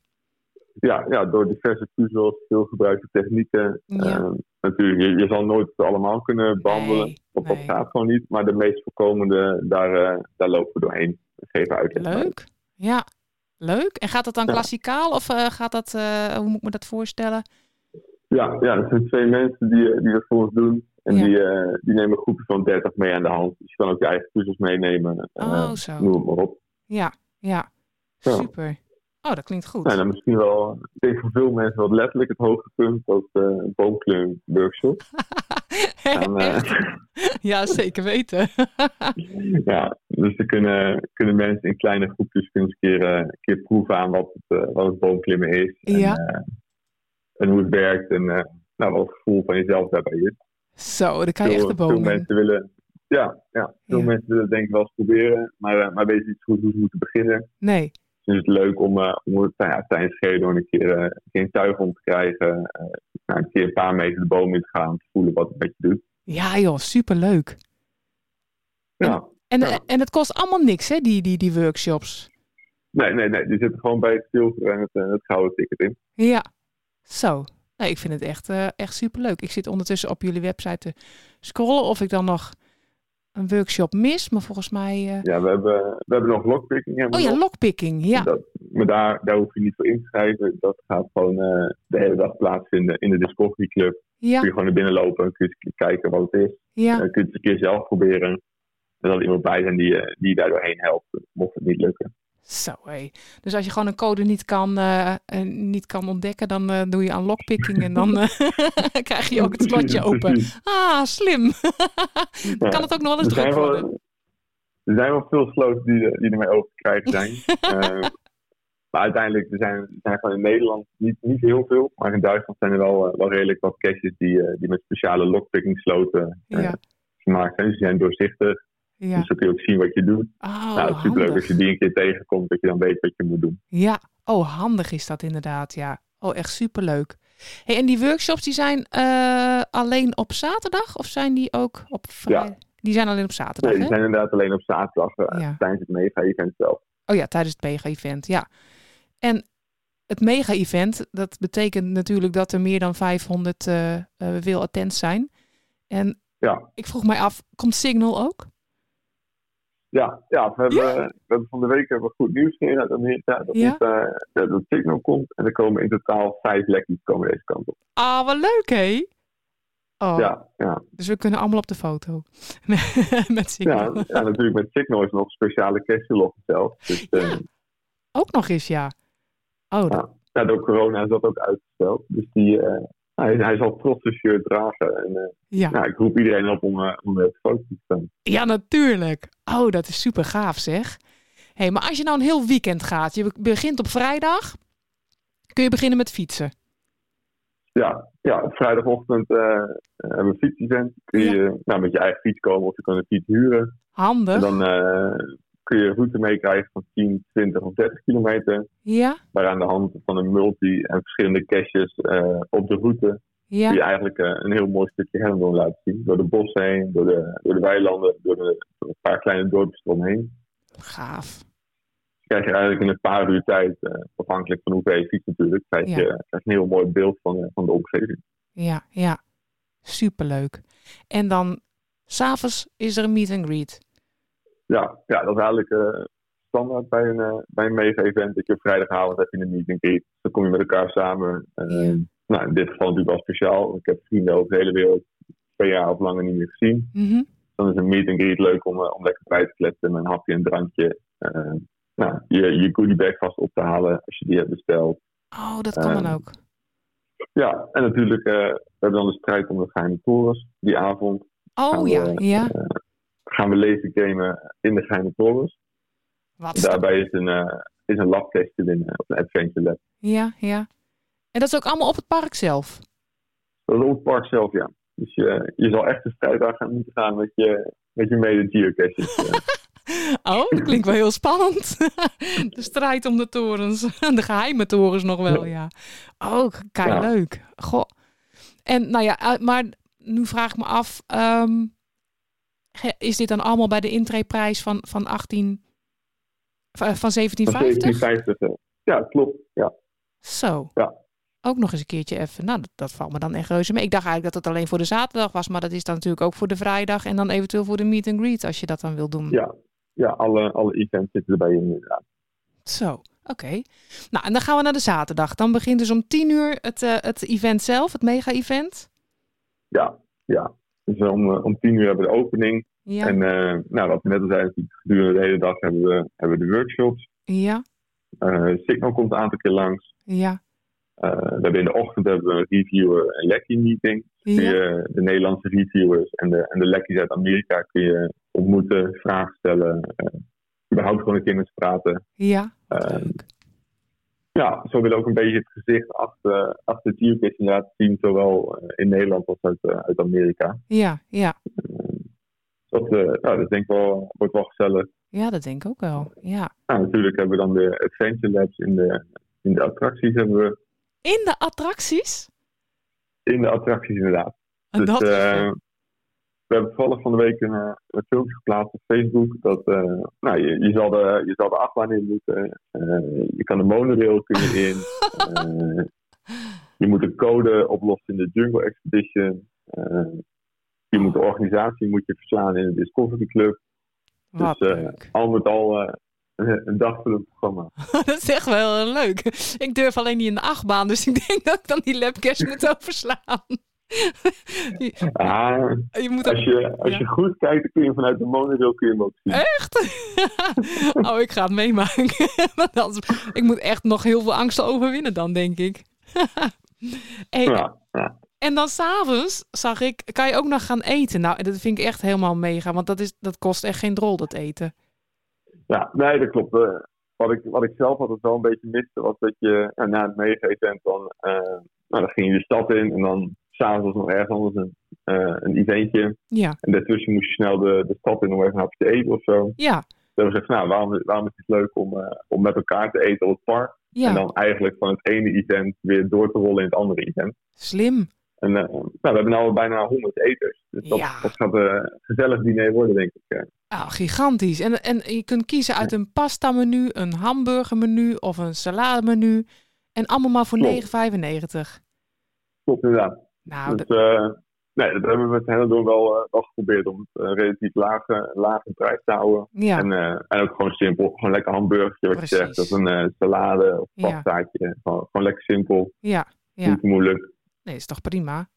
Speaker 3: Ja, ja, door diverse puzzels, veel gebruikte technieken.
Speaker 2: Ja.
Speaker 3: eh, natuurlijk, je, je zal nooit het allemaal kunnen behandelen.
Speaker 2: Nee,
Speaker 3: of
Speaker 2: nee.
Speaker 3: dat gaat gewoon niet. Maar de meest voorkomende, daar, eh, daar lopen we doorheen. We geven uit.
Speaker 2: Leuk. Ja, leuk. En gaat dat dan
Speaker 3: Ja.
Speaker 2: klassikaal of eh, gaat dat, eh, hoe moet ik me dat voorstellen?
Speaker 3: Ja, ja, er zijn twee mensen die, die dat voor ons doen. En
Speaker 2: Ja.
Speaker 3: die, eh, die nemen groepen van 30 mee aan de hand. Dus je kan ook je eigen puzzels meenemen. eh,
Speaker 2: Oh, zo.
Speaker 3: noem het maar op.
Speaker 2: Ja, ja.
Speaker 3: Ja.
Speaker 2: Super. Oh, dat klinkt goed.
Speaker 3: Nou, dan misschien wel, ik denk voor veel mensen wel letterlijk het hoogtepunt als eh boomkleur workshop. Dan, eh,
Speaker 2: ja, zeker weten.
Speaker 3: ja, dus dan kunnen, kunnen mensen in kleine groepjes kunnen eens een keer, eh, een keer proeven aan wat het, eh, wat het boomklimmen is.
Speaker 2: Ja.
Speaker 3: En, eh, en hoe het werkt en eh, nou, wat het gevoel van jezelf daarbij is.
Speaker 2: Zo, dan kan je echt de
Speaker 3: veel
Speaker 2: boom in.
Speaker 3: mensen willen, ja, ja, veel
Speaker 2: Ja.
Speaker 3: mensen willen het denk ik wel eens proberen, maar, eh, maar weten niet goed hoe ze moeten beginnen.
Speaker 2: Nee,
Speaker 3: Dus het is leuk om, eh om het, nou ja, tijdens Geodon een keer, eh, een keer een tuig om te krijgen. eh, nou, een keer een paar meter de boom in te gaan om te voelen wat het met je doet.
Speaker 2: ja joh, superleuk.
Speaker 3: Ja.
Speaker 2: En,
Speaker 3: Ja.
Speaker 2: en het kost allemaal niks, hè, die, die, die workshops.
Speaker 3: Nee, nee, nee. Die zitten gewoon bij het zilver en het, eh, het gouden ticket in.
Speaker 2: Ja, zo. Nee, ik vind het echt, eh echt superleuk. Ik zit ondertussen op jullie website te scrollen of ik dan nog een workshop mis. Maar volgens mij... eh,
Speaker 3: Ja, we hebben, we hebben nog lockpicking. hebben
Speaker 2: Oh
Speaker 3: we
Speaker 2: ja,
Speaker 3: nog.
Speaker 2: lockpicking. Ja,
Speaker 3: Dat- maar daar, daar hoef je niet voor in te schrijven. Dat gaat gewoon eh, de hele dag plaatsvinden in de Discovery Club. Kun
Speaker 2: ja,
Speaker 3: je gewoon naar binnen lopen en kun je eens kijken wat het is.
Speaker 2: ja.
Speaker 3: Dan kun je het een keer zelf proberen. En dan zal er iemand bij zijn die, eh, die je daar doorheen helpt, mocht het niet lukken.
Speaker 2: Zo hé. Dus als je gewoon een code niet kan, eh, eh, niet kan ontdekken, dan eh, doe je aan lockpicking en dan eh, krijg je ook het slotje open.
Speaker 3: Precies.
Speaker 2: Ah, slim. Dan kan het ook nog wel eens
Speaker 3: Er
Speaker 2: druk
Speaker 3: zijn, wel,
Speaker 2: worden.
Speaker 3: er zijn wel veel sloten die, er- die ermee open te krijgen zijn. Eh, maar uiteindelijk, er zijn, er zijn gewoon in Nederland niet, niet heel veel. Maar in Duitsland zijn er wel, eh, wel redelijk wat caches die, eh, die met speciale lockpicking sloten eh,
Speaker 2: Ja,
Speaker 3: gemaakt zijn. Dus die zijn doorzichtig.
Speaker 2: ja.
Speaker 3: Dus dan kun je ook zien wat je doet.
Speaker 2: Oh,
Speaker 3: nou, het is superleuk als je
Speaker 2: handig.
Speaker 3: die een keer tegenkomt, dat je dan weet wat je moet doen.
Speaker 2: Ja, oh, handig is dat inderdaad, ja. Oh, echt superleuk. Hey, en die workshops die zijn eh, alleen op zaterdag of zijn die ook op vrijdag? Die zijn alleen op zaterdag,
Speaker 3: Nee, die
Speaker 2: hè?
Speaker 3: zijn inderdaad alleen op zaterdag eh,
Speaker 2: Ja.
Speaker 3: tijdens het mega-event zelf.
Speaker 2: Oh ja, tijdens het mega-event, ja. En het mega-event, dat betekent natuurlijk dat er meer dan 500 eh eh, wil attents zijn. En
Speaker 3: Ja.
Speaker 2: ik vroeg mij af, komt Signal ook?
Speaker 3: Ja, ja, we, hebben,
Speaker 2: Ja.
Speaker 3: we hebben van de week hebben we goed nieuws gekregen uit Amerika. Dat,
Speaker 2: Ja.
Speaker 3: het, eh, dat het signal komt. En er komen in totaal vijf lekkies komen deze kant op.
Speaker 2: Ah, wat leuk, hè? Oh,
Speaker 3: Ja, ja.
Speaker 2: dus we kunnen allemaal op de foto. Met
Speaker 3: Ja,
Speaker 2: Signal.
Speaker 3: ja, natuurlijk met signal is nog een speciale kerstjelog zelf. Dus, eh,
Speaker 2: Ja. Ook nog eens, ja. Oh, dat-
Speaker 3: ja, door corona is dat ook uitgesteld. Dus die, eh, hij, hij zal trots een shirt dragen. En eh,
Speaker 2: ja.
Speaker 3: nou, ik roep iedereen op om, eh, om op foto te staan.
Speaker 2: Ja, natuurlijk. Oh, dat is super gaaf zeg. hey, maar als je nou een heel weekend gaat, je be- begint op vrijdag, kun je beginnen met fietsen.
Speaker 3: Ja, ja op vrijdagochtend eh, eh, hebben we een fiets-event. Kun je nou, met je eigen fiets komen of je kan een fiets huren. En
Speaker 2: Handig.
Speaker 3: dan eh, kun je een route meekrijgen van 10, 20 of 30 kilometer.
Speaker 2: Ja,
Speaker 3: Maar aan de hand van een multi en verschillende caches eh, op de route kun
Speaker 2: ja.
Speaker 3: je eigenlijk eh, een heel mooi stukje Helmond laten zien. Door de bossen heen, door de, door de weilanden, door, de, door een paar kleine dorpjes eromheen. Dus
Speaker 2: Gaaf.
Speaker 3: krijg je eigenlijk in een paar uur tijd, eh, afhankelijk van hoe ver je fietst natuurlijk, krijg je,
Speaker 2: Ja.
Speaker 3: krijg je een heel mooi beeld van, eh, van de omgeving.
Speaker 2: Ja, ja. Superleuk. En dan, s'avonds is er een meet and greet.
Speaker 3: Ja, ja dat is eigenlijk eh, standaard bij een, eh, bij een mega-event. Dat je op vrijdagavond heb je een meeting. keer. Dan kom je met elkaar samen. Eh,
Speaker 2: Ja.
Speaker 3: Nou, in dit geval natuurlijk wel speciaal. want Ik heb vrienden over de hele wereld twee jaar of langer niet meer gezien.
Speaker 2: Mhm.
Speaker 3: Dan is een meet and greet leuk om, eh, om lekker bij te kletsen met een hapje en drankje. Eh, nou, je, je goodiebag vast op te halen als je die hebt besteld.
Speaker 2: Oh, dat kan dan
Speaker 3: Ehm,
Speaker 2: ook.
Speaker 3: Ja, en natuurlijk eh, we hebben dan de strijd om de geheime torens. Die avond
Speaker 2: Oh
Speaker 3: gaan
Speaker 2: ja,
Speaker 3: we,
Speaker 2: ja.
Speaker 3: gaan we lezen gamen in de geheime torens.
Speaker 2: Wat? sta-
Speaker 3: Daarbij is een, eh is een labtest te winnen, of een adventure lab.
Speaker 2: Ja, ja. En dat is ook allemaal op het park zelf.
Speaker 3: Dat is op het park zelf, ja. Dus je, je zal echt een strijd aan gaan moeten gaan met je, met je mede geocaches. eh.
Speaker 2: Oh, dat klinkt wel heel spannend. de strijd om de torens. De geheime torens nog wel, ja. Oh, kijk,
Speaker 3: Ja.
Speaker 2: leuk. Goh. En nou ja, eh, maar nu vraag ik me af... ehm, ge- is dit dan allemaal bij de intreeprijs van, van 18... Van van
Speaker 3: Van
Speaker 2: 1750?
Speaker 3: 1750, eh. Ja, klopt. Ja.
Speaker 2: Zo.
Speaker 3: Ja.
Speaker 2: Ook nog eens een keertje even. Nou, dat, dat valt me dan echt reuze mee. Ik dacht eigenlijk dat het alleen voor de zaterdag was. Maar dat is dan natuurlijk ook voor de vrijdag. En dan eventueel voor de meet and greet. Als je dat dan wil doen.
Speaker 3: Ja. Ja, alle, alle events zitten erbij in. inderdaad.
Speaker 2: Zo, oké. Nou, en dan gaan we naar de zaterdag. Dan begint dus om 10 uur het, eh, het event zelf, het mega-event.
Speaker 3: Ja, ja. Dus om, eh, om tien uur hebben we de opening.
Speaker 2: Ja.
Speaker 3: En eh, nou, wat we net al zeiden, gedurende de hele dag hebben we, hebben we de workshops.
Speaker 2: ja,
Speaker 3: Eh, Signal komt een aantal keer langs.
Speaker 2: ja,
Speaker 3: Eh, we hebben in de ochtend hebben we een reviewer en lekkie meeting. Kun
Speaker 2: ja.
Speaker 3: je de Nederlandse reviewers en de, en de lekkies uit Amerika kun je ontmoeten, vragen stellen. eh, überhaupt gewoon een keer met ze praten.
Speaker 2: Ja,
Speaker 3: Eh,
Speaker 2: leuk.
Speaker 3: ja, zo willen we ook een beetje het gezicht achter, achter de geocaching laten zien. Zowel eh, in Nederland als uit, eh, uit Amerika.
Speaker 2: Ja, ja.
Speaker 3: Dat, eh, nou, dat denk ik wel, wordt wel gezellig.
Speaker 2: Ja, dat denk ik ook wel. Ja.
Speaker 3: Nou, natuurlijk hebben we dan de Adventure Labs in de, in de attracties. Hebben we,
Speaker 2: In de attracties?
Speaker 3: in de attracties inderdaad.
Speaker 2: En dat is
Speaker 3: eh,
Speaker 2: het.
Speaker 3: we hebben toevallig van de week een, eh, een filmpje geplaatst op Facebook. Dat, eh, nou, je, je, zal de, je zal de achtbaan in moeten. eh, je kan de monorail kun je in. eh, je moet een code oplossen in de Jungle Expedition. eh, je moet de organisatie moet je verslaan in de Discovery Club.
Speaker 2: Wat
Speaker 3: dus, eh,
Speaker 2: leuk. Nou,
Speaker 3: Al met al eh, een een dag voor het programma.
Speaker 2: dat is echt wel heel leuk. Ik durf alleen niet in de achtbaan, dus ik denk dat ik dan die labcash moet overslaan. je,
Speaker 3: Ah,
Speaker 2: je moet ook
Speaker 3: Als je, als
Speaker 2: Ja.
Speaker 3: je goed kijkt, dan kun je vanuit de monorail kun je hem ook zien.
Speaker 2: Echt? oh, ik ga het meemaken. Want anders- ik moet echt nog heel veel angsten overwinnen dan, denk ik. Hey,
Speaker 3: Ja, ja.
Speaker 2: En dan s'avonds zag ik, kan je ook nog gaan eten? Nou, dat vind ik echt helemaal mega, want dat, is, dat kost echt geen drol, dat eten.
Speaker 3: ja, nee, dat klopt. Eh, Wat ik, wat ik zelf altijd wel een beetje miste, was dat je ja, na het mega-event dan, eh, nou, dan ging je de stad in en dan s'avonds nog ergens anders een, eh, een eventje.
Speaker 2: Ja,
Speaker 3: En daartussen moest je snel de, de stad in om even een hapje te eten of zo. Dan
Speaker 2: ja,
Speaker 3: hebben we gezegd, nou, waarom, waarom is het leuk om, eh, om met elkaar te eten op het park? En
Speaker 2: ja.
Speaker 3: dan eigenlijk van het ene event weer door te rollen in het andere event.
Speaker 2: Slim.
Speaker 3: En eh, nou, we hebben nu al bijna 100 eters. Dus dat,
Speaker 2: Ja.
Speaker 3: dat gaat eh, een gezellig diner worden, denk ik. eh.
Speaker 2: Oh, gigantisch. En, en je kunt kiezen uit een pasta menu, een hamburger menu of een salade menu. En allemaal maar voor
Speaker 3: Klopt.
Speaker 2: 9,95.
Speaker 3: Klopt, inderdaad.
Speaker 2: Nou, dat,
Speaker 3: dus, eh, nee, dat hebben we met hen door wel, eh, wel geprobeerd om het eh, relatief lage, lage prijs te houden.
Speaker 2: ja.
Speaker 3: En, eh, en ook gewoon simpel. Gewoon lekker hamburgertje, wat je
Speaker 2: Precies.
Speaker 3: zegt. Of een eh, salade of
Speaker 2: Ja.
Speaker 3: pastaatje. Gewoon, gewoon lekker simpel.
Speaker 2: Ja, ja.
Speaker 3: Niet te moeilijk.
Speaker 2: Nee, is toch prima?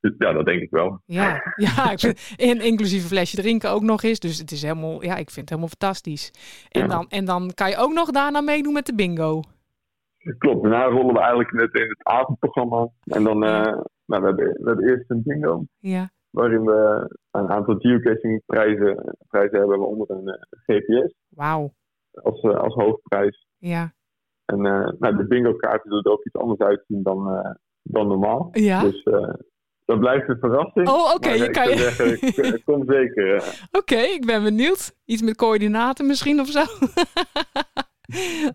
Speaker 3: Dus ja, dat denk ik wel.
Speaker 2: Ja, ja ik vind- en inclusief een flesje drinken ook nog eens. Dus het is helemaal, ja, ik vind het helemaal fantastisch. En,
Speaker 3: Ja.
Speaker 2: dan, en dan kan je ook nog daarna meedoen met de bingo.
Speaker 3: Klopt, daarna rollen we eigenlijk net in het avondprogramma. En dan, eh, nou, we, hebben, we hebben eerst een bingo.
Speaker 2: Ja,
Speaker 3: waarin we een aantal geocaching prijzen, prijzen hebben we onder een eh, GPS
Speaker 2: wauw.
Speaker 3: als, eh, als hoofdprijs.
Speaker 2: Ja,
Speaker 3: En eh, nou, de bingo kaarten zullen er ook iets anders uitzien dan, eh, dan normaal.
Speaker 2: ja.
Speaker 3: Dus eh, dat blijft een verrassing.
Speaker 2: Oh, oké,
Speaker 3: Maar, eh,
Speaker 2: je
Speaker 3: ik
Speaker 2: kan
Speaker 3: zou
Speaker 2: je.
Speaker 3: zeggen, k- kom zeker. eh.
Speaker 2: Oké, ik ben benieuwd. Iets met coördinaten misschien of zo.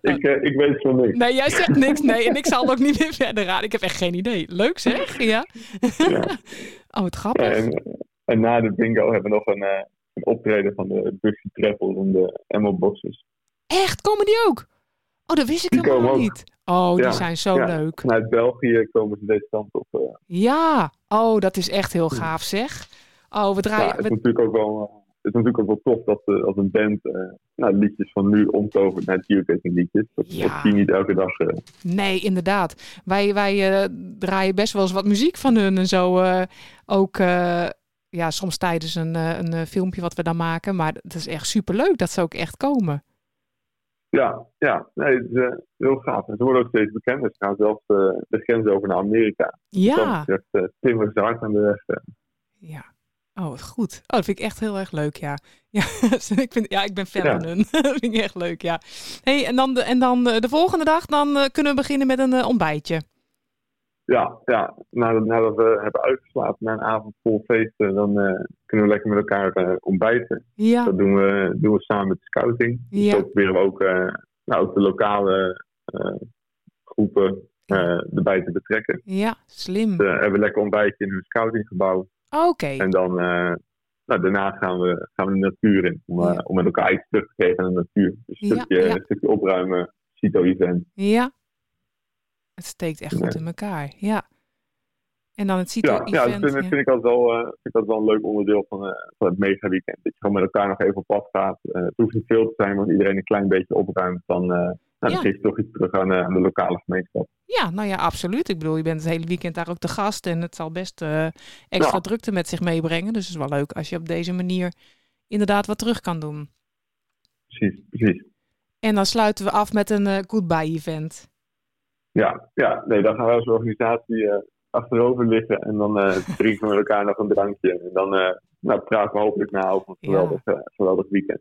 Speaker 3: ik, eh, ik weet van niks.
Speaker 2: Nee, jij zegt niks. Nee, en ik zal ook niet meer verder raden. Ik heb echt geen idee. Leuk zeg, ja.
Speaker 3: Ja.
Speaker 2: Oh, wat
Speaker 3: Ja,
Speaker 2: grappig.
Speaker 3: en, en na de bingo hebben we nog een, eh, een optreden van de Buxy Trappels en de Emma Boxers.
Speaker 2: Echt, komen die ook? Oh, dat wist ik
Speaker 3: Die komen
Speaker 2: helemaal
Speaker 3: ook.
Speaker 2: niet. Oh, die
Speaker 3: Ja,
Speaker 2: zijn zo
Speaker 3: ja.
Speaker 2: leuk.
Speaker 3: Vanuit België komen ze deze kant op. eh.
Speaker 2: Ja, oh, dat is echt heel gaaf zeg. Oh, we
Speaker 3: Ja,
Speaker 2: draaien.
Speaker 3: Nou, het, is
Speaker 2: we-
Speaker 3: natuurlijk ook wel, eh, het is natuurlijk ook wel tof dat eh, als een band eh, nou, liedjes van nu omtovert naar geocaching liedjes. Dat,
Speaker 2: Ja.
Speaker 3: dat zie je niet elke dag. eh.
Speaker 2: Nee, inderdaad. Wij, wij eh, draaien best wel eens wat muziek van hun en zo. eh, ook eh, ja, soms tijdens een, eh, een eh, filmpje wat we dan maken. Maar het is echt superleuk dat ze ook echt komen.
Speaker 3: Ja, ja nee, het is eh, heel gaaf. En ze worden ook steeds bekender. Ze gaan zelfs eh, de grens over naar Amerika.
Speaker 2: Ja,
Speaker 3: Dat is echt timmer ze hard aan de weg. eh.
Speaker 2: ja. Oh, wat goed. Oh, dat vind ik echt heel erg leuk, ja. Ja, dus ik, vind, ja ik ben fan
Speaker 3: Ja.
Speaker 2: van hun. dat vind ik echt leuk, ja. Hey, en dan, de, en dan eh, de volgende dag, dan eh, kunnen we beginnen met een eh, ontbijtje.
Speaker 3: Ja, ja. Nadat, nadat we hebben uitgeslapen na een avond vol feesten, dan eh, kunnen we lekker met elkaar eh, ontbijten.
Speaker 2: Ja,
Speaker 3: Dat doen we, doen we samen met de scouting. Dus
Speaker 2: Oh. Ja.
Speaker 3: zo proberen we ook, eh, nou, ook de lokale eh, groepen eh, erbij te betrekken.
Speaker 2: ja, slim.
Speaker 3: We hebben we lekker ontbijtje in hun scoutinggebouw.
Speaker 2: Oké,
Speaker 3: En dan, eh, nou, daarna gaan we, gaan we de natuur in. Om, eh,
Speaker 2: Ja.
Speaker 3: om met elkaar iets terug te geven aan de natuur. Dus een
Speaker 2: Ja,
Speaker 3: stukje,
Speaker 2: ja.
Speaker 3: een stukje opruimen, CITO-event.
Speaker 2: ja. Het steekt echt goed in elkaar, ja. En dan het
Speaker 3: Ja, dus
Speaker 2: CITO-event.
Speaker 3: ja, dat vind, vind ik altijd wel, eh, vind ik altijd wel een leuk onderdeel van, eh, van het mega weekend. Dat je gewoon met elkaar nog even op pad gaat. Eh, het hoeft niet veel te zijn, maar als iedereen een klein beetje opruimt, dan, eh nou, dan
Speaker 2: Ja.
Speaker 3: geef je toch iets terug aan, eh, aan de lokale gemeenschap.
Speaker 2: Ja, nou ja, absoluut. Ik bedoel, je bent het hele weekend daar ook te gast en het zal best eh, extra
Speaker 3: Ja.
Speaker 2: drukte met zich meebrengen. Dus het is wel leuk als je op deze manier inderdaad wat terug kan doen.
Speaker 3: Precies, precies.
Speaker 2: En dan sluiten we af met een eh, goodbye-event.
Speaker 3: Ja, ja nee, dan gaan wij als organisatie eh, achterover liggen en dan eh, drinken we met elkaar nog een drankje. En dan eh, nou, praten we hopelijk na over een
Speaker 2: Ja.
Speaker 3: geweldig, eh, geweldig weekend.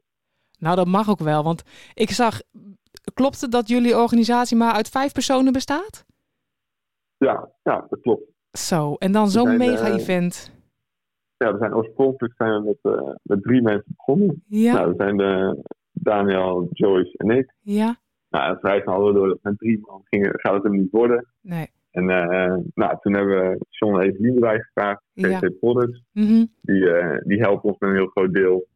Speaker 2: Nou, dat mag ook wel, want ik zag, klopt het dat jullie organisatie maar uit vijf personen bestaat?
Speaker 3: Ja, ja, dat klopt.
Speaker 2: Zo, en dan zo'n
Speaker 3: zijn, eh,
Speaker 2: mega-event.
Speaker 3: Ja, we zijn oorspronkelijk zijn we met, eh, met drie mensen begonnen.
Speaker 2: Ja,
Speaker 3: Nou, dat zijn eh, Daniel, Joyce en ik.
Speaker 2: ja,
Speaker 3: Nou, en vrij snel hadden we door dat met drie man ging, gaat het hem niet worden.
Speaker 2: nee.
Speaker 3: En eh, nou, toen hebben we John even erbij gevraagd,
Speaker 2: Ja.
Speaker 3: GC Products.
Speaker 2: Mhm.
Speaker 3: Die, eh, die helpen ons met een heel groot deel.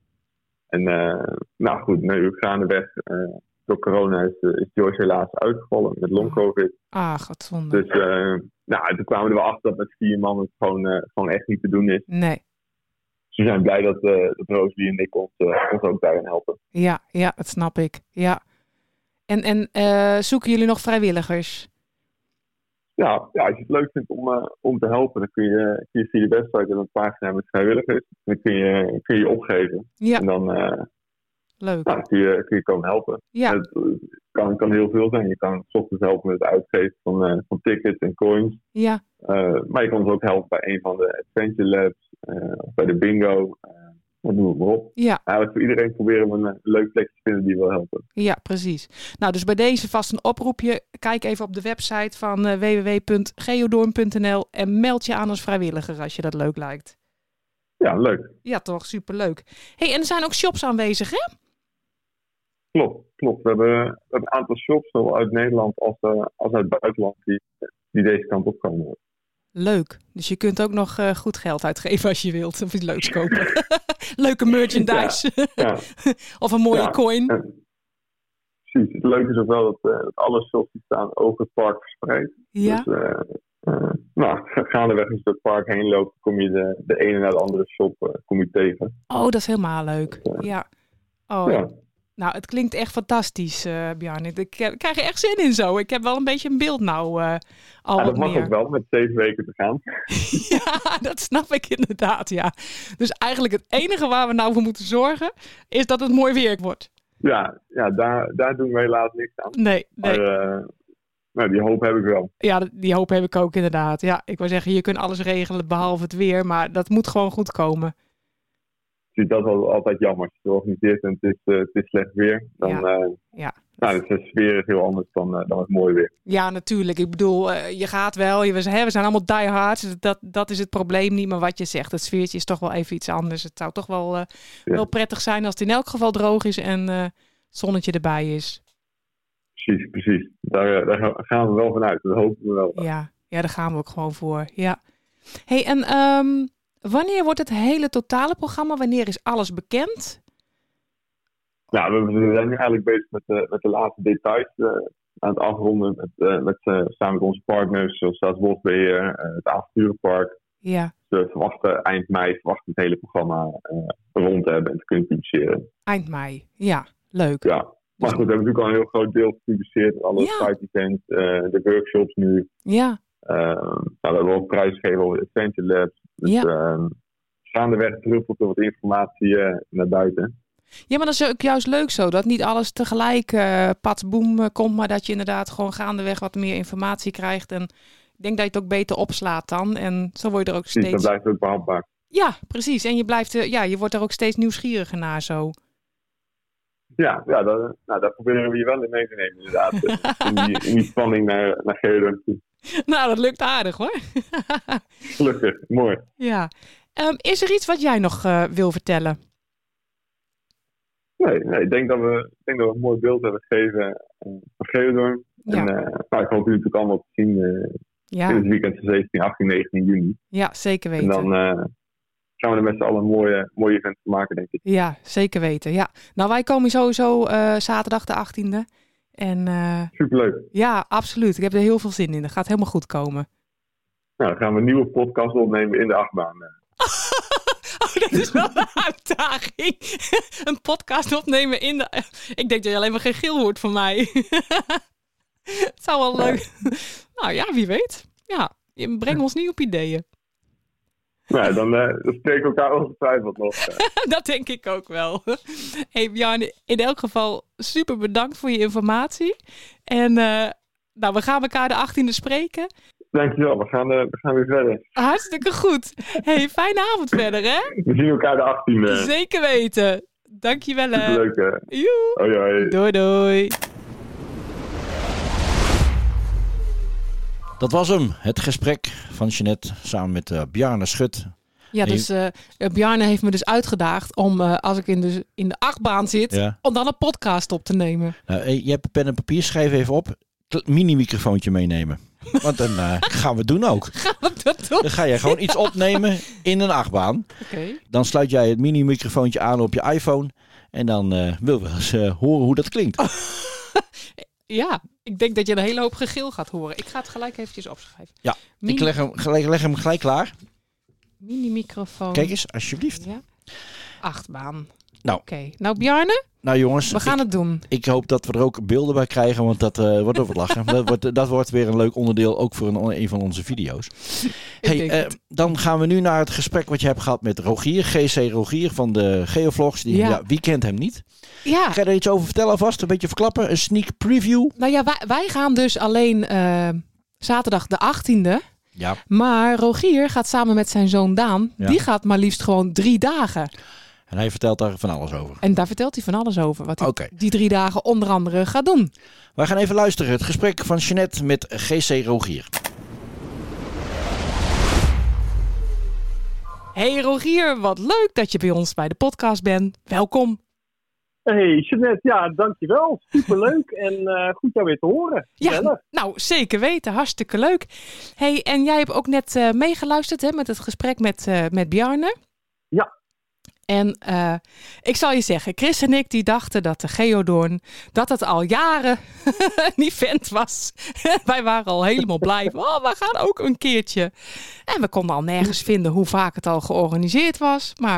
Speaker 3: En eh, nou goed, nu gaandeweg eh door corona is, eh, is Joyce helaas uitgevallen met long-covid.
Speaker 2: Ah, god zonde.
Speaker 3: Dus eh, nou, toen kwamen we er wel achter dat met vier man het gewoon, eh, gewoon echt niet te doen is.
Speaker 2: Nee,
Speaker 3: Dus we zijn blij dat, eh dat Rosalie en ik ons, eh, ons ook daarin helpen.
Speaker 2: ja, ja, dat snap ik. Ja. En, en eh, zoeken jullie nog vrijwilligers?
Speaker 3: Ja, ja, als je het leuk vindt om, eh, om te helpen, dan kun je, eh, kun je via de website hebben een pagina met vrijwilligers. Dan kun je eh, kun je, je opgeven.
Speaker 2: Ja,
Speaker 3: En dan eh,
Speaker 2: leuk.
Speaker 3: nou, kun, je, kun je komen helpen.
Speaker 2: Ja,
Speaker 3: Het eh, kan, kan heel veel zijn. Je kan 's ochtends helpen met het uitgeven van, eh, van tickets en coins.
Speaker 2: ja,
Speaker 3: Eh, maar je kan ons ook helpen bij een van de Adventure Labs, eh, of bij de bingo. eh wat doen we maar op.
Speaker 2: ja,
Speaker 3: Eigenlijk voor iedereen proberen we een eh, leuk plekje te vinden die wil helpen.
Speaker 2: ja, precies. Nou, dus bij deze vast een oproepje. Kijk even op de website van eh, www.geodoorn.nl en meld je aan als vrijwilliger als je dat leuk lijkt.
Speaker 3: Ja, leuk.
Speaker 2: Ja, toch? Superleuk. hey, en er zijn ook shops aanwezig, hè?
Speaker 3: Klopt, klopt. We hebben, we hebben een aantal shops, zowel uit Nederland als, eh, als uit het buitenland, die, die deze kant op komen.
Speaker 2: Leuk. Dus je kunt ook nog eh, goed geld uitgeven als je wilt. Of iets leuks kopen. Leuke merchandise.
Speaker 3: Ja,
Speaker 2: of een mooie
Speaker 3: Ja.
Speaker 2: coin.
Speaker 3: precies. Het leuke is ook wel dat, eh, dat alle shops die staan over het park verspreid.
Speaker 2: Ja,
Speaker 3: Dus, eh eh nou, ga- gaandeweg als je door het park heen loopt, kom je de, de ene naar de andere shop eh, kom je tegen.
Speaker 2: oh, dat is helemaal leuk. Ja. Oh,
Speaker 3: Ja,
Speaker 2: Nou, het klinkt echt fantastisch, eh Bjarne. Ik ik krijg er echt zin in zo. Ik heb wel een beetje een beeld nou eh al
Speaker 3: Ja,
Speaker 2: wat
Speaker 3: dat mag
Speaker 2: meer.
Speaker 3: ook wel, met zeven weken te gaan.
Speaker 2: Ja, dat snap ik inderdaad, ja. Dus eigenlijk het enige waar we nou voor moeten zorgen... is dat het mooi weer wordt.
Speaker 3: Ja, ja daar, daar doen we helaas niks aan.
Speaker 2: Nee, nee.
Speaker 3: Maar eh, nou, die hoop heb ik wel.
Speaker 2: Ja, dat- die hoop heb ik ook inderdaad. Ja, ik wou zeggen, je kunt alles regelen behalve het weer, maar dat moet gewoon goed komen.
Speaker 3: Ik vind dat wel altijd jammer. Als je het organiseert en het is, eh, het is slecht weer, dan
Speaker 2: Ja.
Speaker 3: eh,
Speaker 2: Ja.
Speaker 3: nou, het is de sfeer is heel anders dan, eh, dan het mooie weer.
Speaker 2: Ja, natuurlijk. Ik bedoel, eh, je gaat wel. Je, we, zijn- hè, we zijn allemaal diehards. Dat, dat is het probleem niet. Maar wat je zegt, het sfeertje is toch wel even iets anders. Het zou toch wel, eh,
Speaker 3: Ja.
Speaker 2: wel prettig zijn als het in elk geval droog is en eh, zonnetje erbij is.
Speaker 3: Precies, precies. Daar, eh, daar gaan- gaan we wel vanuit. Dat hopen we wel.
Speaker 2: Ja, ja daar gaan we ook gewoon voor. Ja. hey, en ehm, wanneer wordt het hele totale programma? Wanneer is alles bekend?
Speaker 3: Nou, we, we zijn nu eigenlijk bezig met, de met de laatste details. eh, aan het afronden met, eh, met, eh, samen met onze partners, zoals Staatsbosbeheer, eh, het Avonturenpark.
Speaker 2: Ja,
Speaker 3: Dus we verwachten eind mei verwachten we het hele programma eh, rond te hebben en te kunnen publiceren.
Speaker 2: eind mei. Ja, leuk.
Speaker 3: Ja. Maar goed, we hebben natuurlijk al een heel groot deel gepubliceerd. Alle
Speaker 2: Ja.
Speaker 3: site events, eh, de workshops nu.
Speaker 2: Ja.
Speaker 3: Eh, nou, we hebben ook prijsgeven over de Adventure Labs. Dus
Speaker 2: Ja.
Speaker 3: ehm, gaandeweg druppelt er wat informatie eh, naar buiten.
Speaker 2: Ja, maar dat is ook juist leuk zo. Dat niet alles tegelijk eh patsboom eh, komt, maar dat je inderdaad gewoon gaandeweg wat meer informatie krijgt. En ik denk dat je het ook beter opslaat dan. En zo word je er ook
Speaker 3: Dus dat
Speaker 2: steeds.
Speaker 3: blijft ook behapbaar.
Speaker 2: Ja, precies. En je blijft, eh, ja, je wordt er ook steeds nieuwsgieriger naar zo.
Speaker 3: Ja, ja
Speaker 4: Dus
Speaker 3: dat, nou, daar proberen we je wel in mee te nemen inderdaad. in, die, in die spanning naar, naar Geodon toe.
Speaker 2: Nou, dat lukt aardig hoor.
Speaker 4: Gelukkig, mooi.
Speaker 2: Ja. Ehm, is er iets wat jij nog eh, wil vertellen?
Speaker 4: Nee, nee ik, denk dat we, ik denk dat we een mooi beeld hebben gegeven eh, van Geodorm.
Speaker 2: Ja.
Speaker 4: En eh, nou, ik hoop jullie natuurlijk allemaal te zien eh, in
Speaker 2: Ja,
Speaker 4: het weekend van 17, 18, 19 juni.
Speaker 2: ja zeker
Speaker 4: En
Speaker 2: weten.
Speaker 4: dan eh, gaan we er met z'n allen een mooie, mooie event van maken, denk ik.
Speaker 2: Ja, zeker weten. Ja. Nou, wij komen sowieso eh, zaterdag de 18e. En eh,
Speaker 4: Superleuk.
Speaker 2: ja, absoluut. Ik heb er heel veel zin in. Dat gaat helemaal goed komen.
Speaker 4: Nou, dan gaan we een nieuwe podcast opnemen in de achtbaan. eh.
Speaker 2: Oh, dat is wel een uitdaging. Een podcast opnemen in de... Ik denk dat je alleen maar geen geel hoort van mij. Het zou wel leuk... Nou ja, wie weet. Ja, je- breng ons niet op ideeën.
Speaker 4: Nou, dan, eh, dan spreken we elkaar ongetwijfeld nog. eh.
Speaker 2: Dat denk ik ook wel. Hey Bjarne, in elk geval super bedankt voor je informatie. En eh, nou, we gaan elkaar de 18e spreken.
Speaker 4: Dankjewel, we gaan, eh, we gaan weer verder.
Speaker 2: Hartstikke goed. Hey, fijne avond verder, hè?
Speaker 4: We zien elkaar de 18e.
Speaker 2: Zeker weten. Dankjewel. hè.
Speaker 4: Superleuk. eh.
Speaker 2: Joe.
Speaker 4: Hoi, hoi.
Speaker 2: Doei, doei.
Speaker 1: Dat was hem, het gesprek van Jeanette samen met eh, Bjarne Schut.
Speaker 2: Ja,
Speaker 1: En je-
Speaker 2: dus eh, Bjarne heeft me dus uitgedaagd om, eh, als ik in de, in de achtbaan zit,
Speaker 1: Ja.
Speaker 2: om dan een podcast op te nemen.
Speaker 1: Nou, eh, je hebt pen en papier, schrijf even op. Kle- Mini-microfoontje meenemen. Want dan eh, gaan we het doen ook.
Speaker 2: Wat dat doet.
Speaker 1: Dan ga jij gewoon iets opnemen in een achtbaan.
Speaker 2: Oké.
Speaker 1: Dan sluit jij het mini-microfoontje aan op je iPhone. En dan eh willen we eens eh, horen hoe dat
Speaker 2: Oh,
Speaker 1: klinkt.
Speaker 2: Ja, ik denk dat je een hele hoop gegil gaat horen. Ik ga het gelijk eventjes opschrijven.
Speaker 1: Ja,
Speaker 2: Mini,
Speaker 1: Ik leg hem, gelijk- leg hem gelijk klaar.
Speaker 2: microfoon.
Speaker 1: Kijk eens, alsjeblieft.
Speaker 2: Ja. Achtbaan.
Speaker 1: Nou.
Speaker 2: Oké. Nou, Bjarne,
Speaker 1: Nou jongens,
Speaker 2: we gaan het doen.
Speaker 1: ik, ik hoop dat we er ook beelden bij krijgen. Want dat eh, wordt over lachen. dat, wordt, dat wordt weer een leuk onderdeel, ook voor een, een van onze video's. Hey,
Speaker 2: denk
Speaker 1: eh,
Speaker 2: het.
Speaker 1: dan gaan we nu naar het gesprek wat je hebt gehad met Rogier, GC Rogier van de Geovlogs. Die,
Speaker 2: Ja. Ah.
Speaker 1: ja. wie kent hem niet?
Speaker 2: Ja.
Speaker 1: Ga je er iets over vertellen alvast? Een beetje verklappen? Een sneak preview?
Speaker 2: Nou ja, wij, wij gaan dus alleen eh, zaterdag de 18e.
Speaker 1: Ja.
Speaker 2: Maar Rogier gaat samen met zijn zoon Daan.
Speaker 1: Ja.
Speaker 2: Die gaat maar liefst gewoon drie dagen.
Speaker 1: En hij vertelt daar van alles over.
Speaker 2: En daar vertelt hij van alles over. Wat hij
Speaker 1: Oké.
Speaker 2: die drie dagen onder andere gaat doen.
Speaker 1: Wij gaan even luisteren. Het gesprek van Jeanette met GC Rogier.
Speaker 2: Hey Rogier, wat leuk dat je bij ons bij de podcast bent. Welkom.
Speaker 3: Hey, Jeanette, ja, dankjewel. Superleuk en eh, goed jou weer te horen. Gezellig.
Speaker 2: nou zeker weten. Hartstikke leuk. Hey, en jij hebt ook net eh, meegeluisterd hè, met het gesprek met, eh, met Bjarne.
Speaker 3: Ja.
Speaker 2: En eh, ik zal je zeggen, Chris en ik die dachten dat de Geodoorn, dat het al jaren een event was. Wij waren al helemaal blij. van, Oh, we gaan ook een keertje. En we konden al nergens vinden hoe vaak het al georganiseerd was. Maar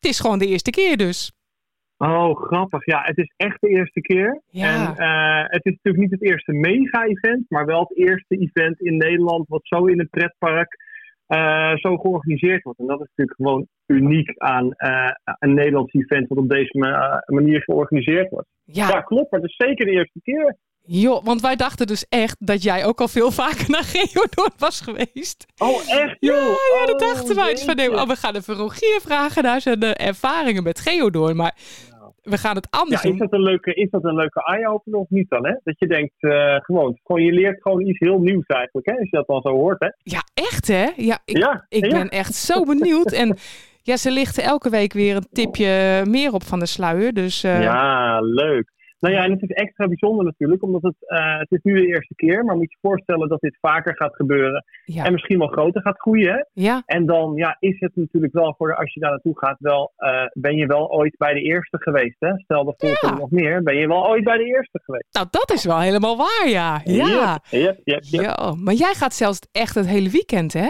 Speaker 2: het is gewoon de eerste keer dus.
Speaker 3: Oh, grappig. Ja, het is echt de eerste keer.
Speaker 2: Ja.
Speaker 3: En eh, het is natuurlijk niet het eerste mega-event, maar wel het eerste event in Nederland wat zo in een pretpark eh, zo georganiseerd wordt. En dat is natuurlijk gewoon uniek aan eh, een Nederlands event wat op deze ma- manier georganiseerd wordt.
Speaker 2: Ja,
Speaker 3: Ja, klopt. Maar het is zeker de eerste keer.
Speaker 2: joh, want wij dachten dus echt dat jij ook al veel vaker naar Geodoorn was geweest.
Speaker 3: Oh, echt
Speaker 2: Ja,
Speaker 3: joh?
Speaker 2: ja, dat
Speaker 3: Oh,
Speaker 2: dachten wij. Dus van, nee,
Speaker 3: jeetje.
Speaker 2: oh, we gaan even Rogier vragen naar zijn eh, ervaringen met Geodoorn. Maar we gaan het anders
Speaker 3: Ja, Dus is
Speaker 2: doen.
Speaker 3: dat een leuke, is dat een leuke eye-opener of niet dan? Hè? Dat je denkt, eh, gewoon, gewoon, je leert gewoon iets heel nieuws eigenlijk, hè? als je dat dan zo hoort. Hè?
Speaker 2: Ja, echt hè? Ja, ik,
Speaker 3: ja,
Speaker 2: ik
Speaker 3: ja.
Speaker 2: ben echt zo benieuwd. En ja, ze lichten elke week weer een tipje meer op van de sluier. Dus eh,
Speaker 3: ja, leuk. Nou ja, en het is extra bijzonder natuurlijk, omdat het, eh, het is nu de eerste keer, maar moet je voorstellen dat dit vaker gaat gebeuren en
Speaker 2: ja,
Speaker 3: misschien wel groter gaat groeien. Hè?
Speaker 2: ja,
Speaker 3: En dan ja, is het natuurlijk wel voor, als je daar naartoe gaat, wel, eh, ben je wel ooit bij de eerste geweest. Hè? Stel dat volgende
Speaker 2: Ja.
Speaker 3: nog meer, ben je wel ooit bij de eerste geweest.
Speaker 2: nou dat is wel helemaal waar, ja. Ja,
Speaker 3: Yep, yep, yep, yep.
Speaker 2: Yo, maar jij gaat zelfs echt het hele weekend hè?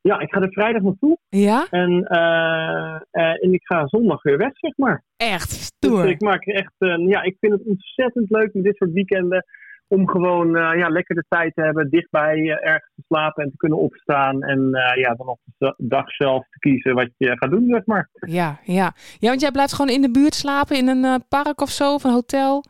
Speaker 3: ja, ik ga er vrijdag naartoe.
Speaker 2: Ja,
Speaker 3: En, eh, eh, en ik ga zondag weer weg, zeg maar.
Speaker 2: echt
Speaker 3: Dus
Speaker 2: stoer.
Speaker 3: ik maak er echt, eh, ja, ik vind het ontzettend leuk met dit soort weekenden. Om gewoon eh, ja, lekker de tijd te hebben, dichtbij eh, ergens te slapen en te kunnen opstaan. En eh, ja, dan op de za- dag zelf te kiezen wat je gaat doen, zeg maar.
Speaker 2: Ja, ja. ja, want jij blijft gewoon in de buurt slapen in een eh, park of zo, of een hotel.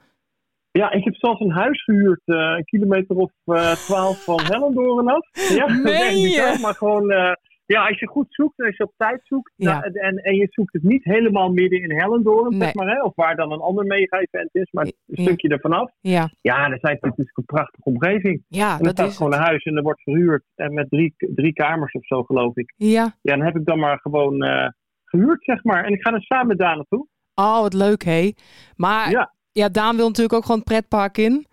Speaker 3: Ja, ik heb zelfs een huis gehuurd, eh, een kilometer of twaalf van Hellendoorn af. Ja, dat is echt
Speaker 2: Meen je?
Speaker 3: bizar, maar gewoon... eh, Ja, als je goed zoekt, als je op tijd zoekt
Speaker 2: Ja.
Speaker 3: nou, en, en je zoekt het niet helemaal midden in Hellendoorn,
Speaker 2: Nee.
Speaker 3: zeg maar, hè, of waar dan een ander mega-event is, maar een
Speaker 2: Ja.
Speaker 3: stukje ervan af.
Speaker 2: Ja,
Speaker 3: Ja, dan zijn het natuurlijk een prachtige omgeving.
Speaker 2: ja
Speaker 3: En dan
Speaker 2: dat
Speaker 3: staat
Speaker 2: is
Speaker 3: gewoon
Speaker 2: het.
Speaker 3: een huis en er wordt verhuurd en met drie, drie kamers of zo, geloof ik.
Speaker 2: Ja.
Speaker 3: Ja, dan heb ik dan maar gewoon eh, gehuurd, zeg maar. En ik ga dan samen met Daan naartoe.
Speaker 2: Oh, wat leuk, hé. Maar ja.
Speaker 3: Ja.
Speaker 2: Daan wil natuurlijk ook gewoon het pretpark in.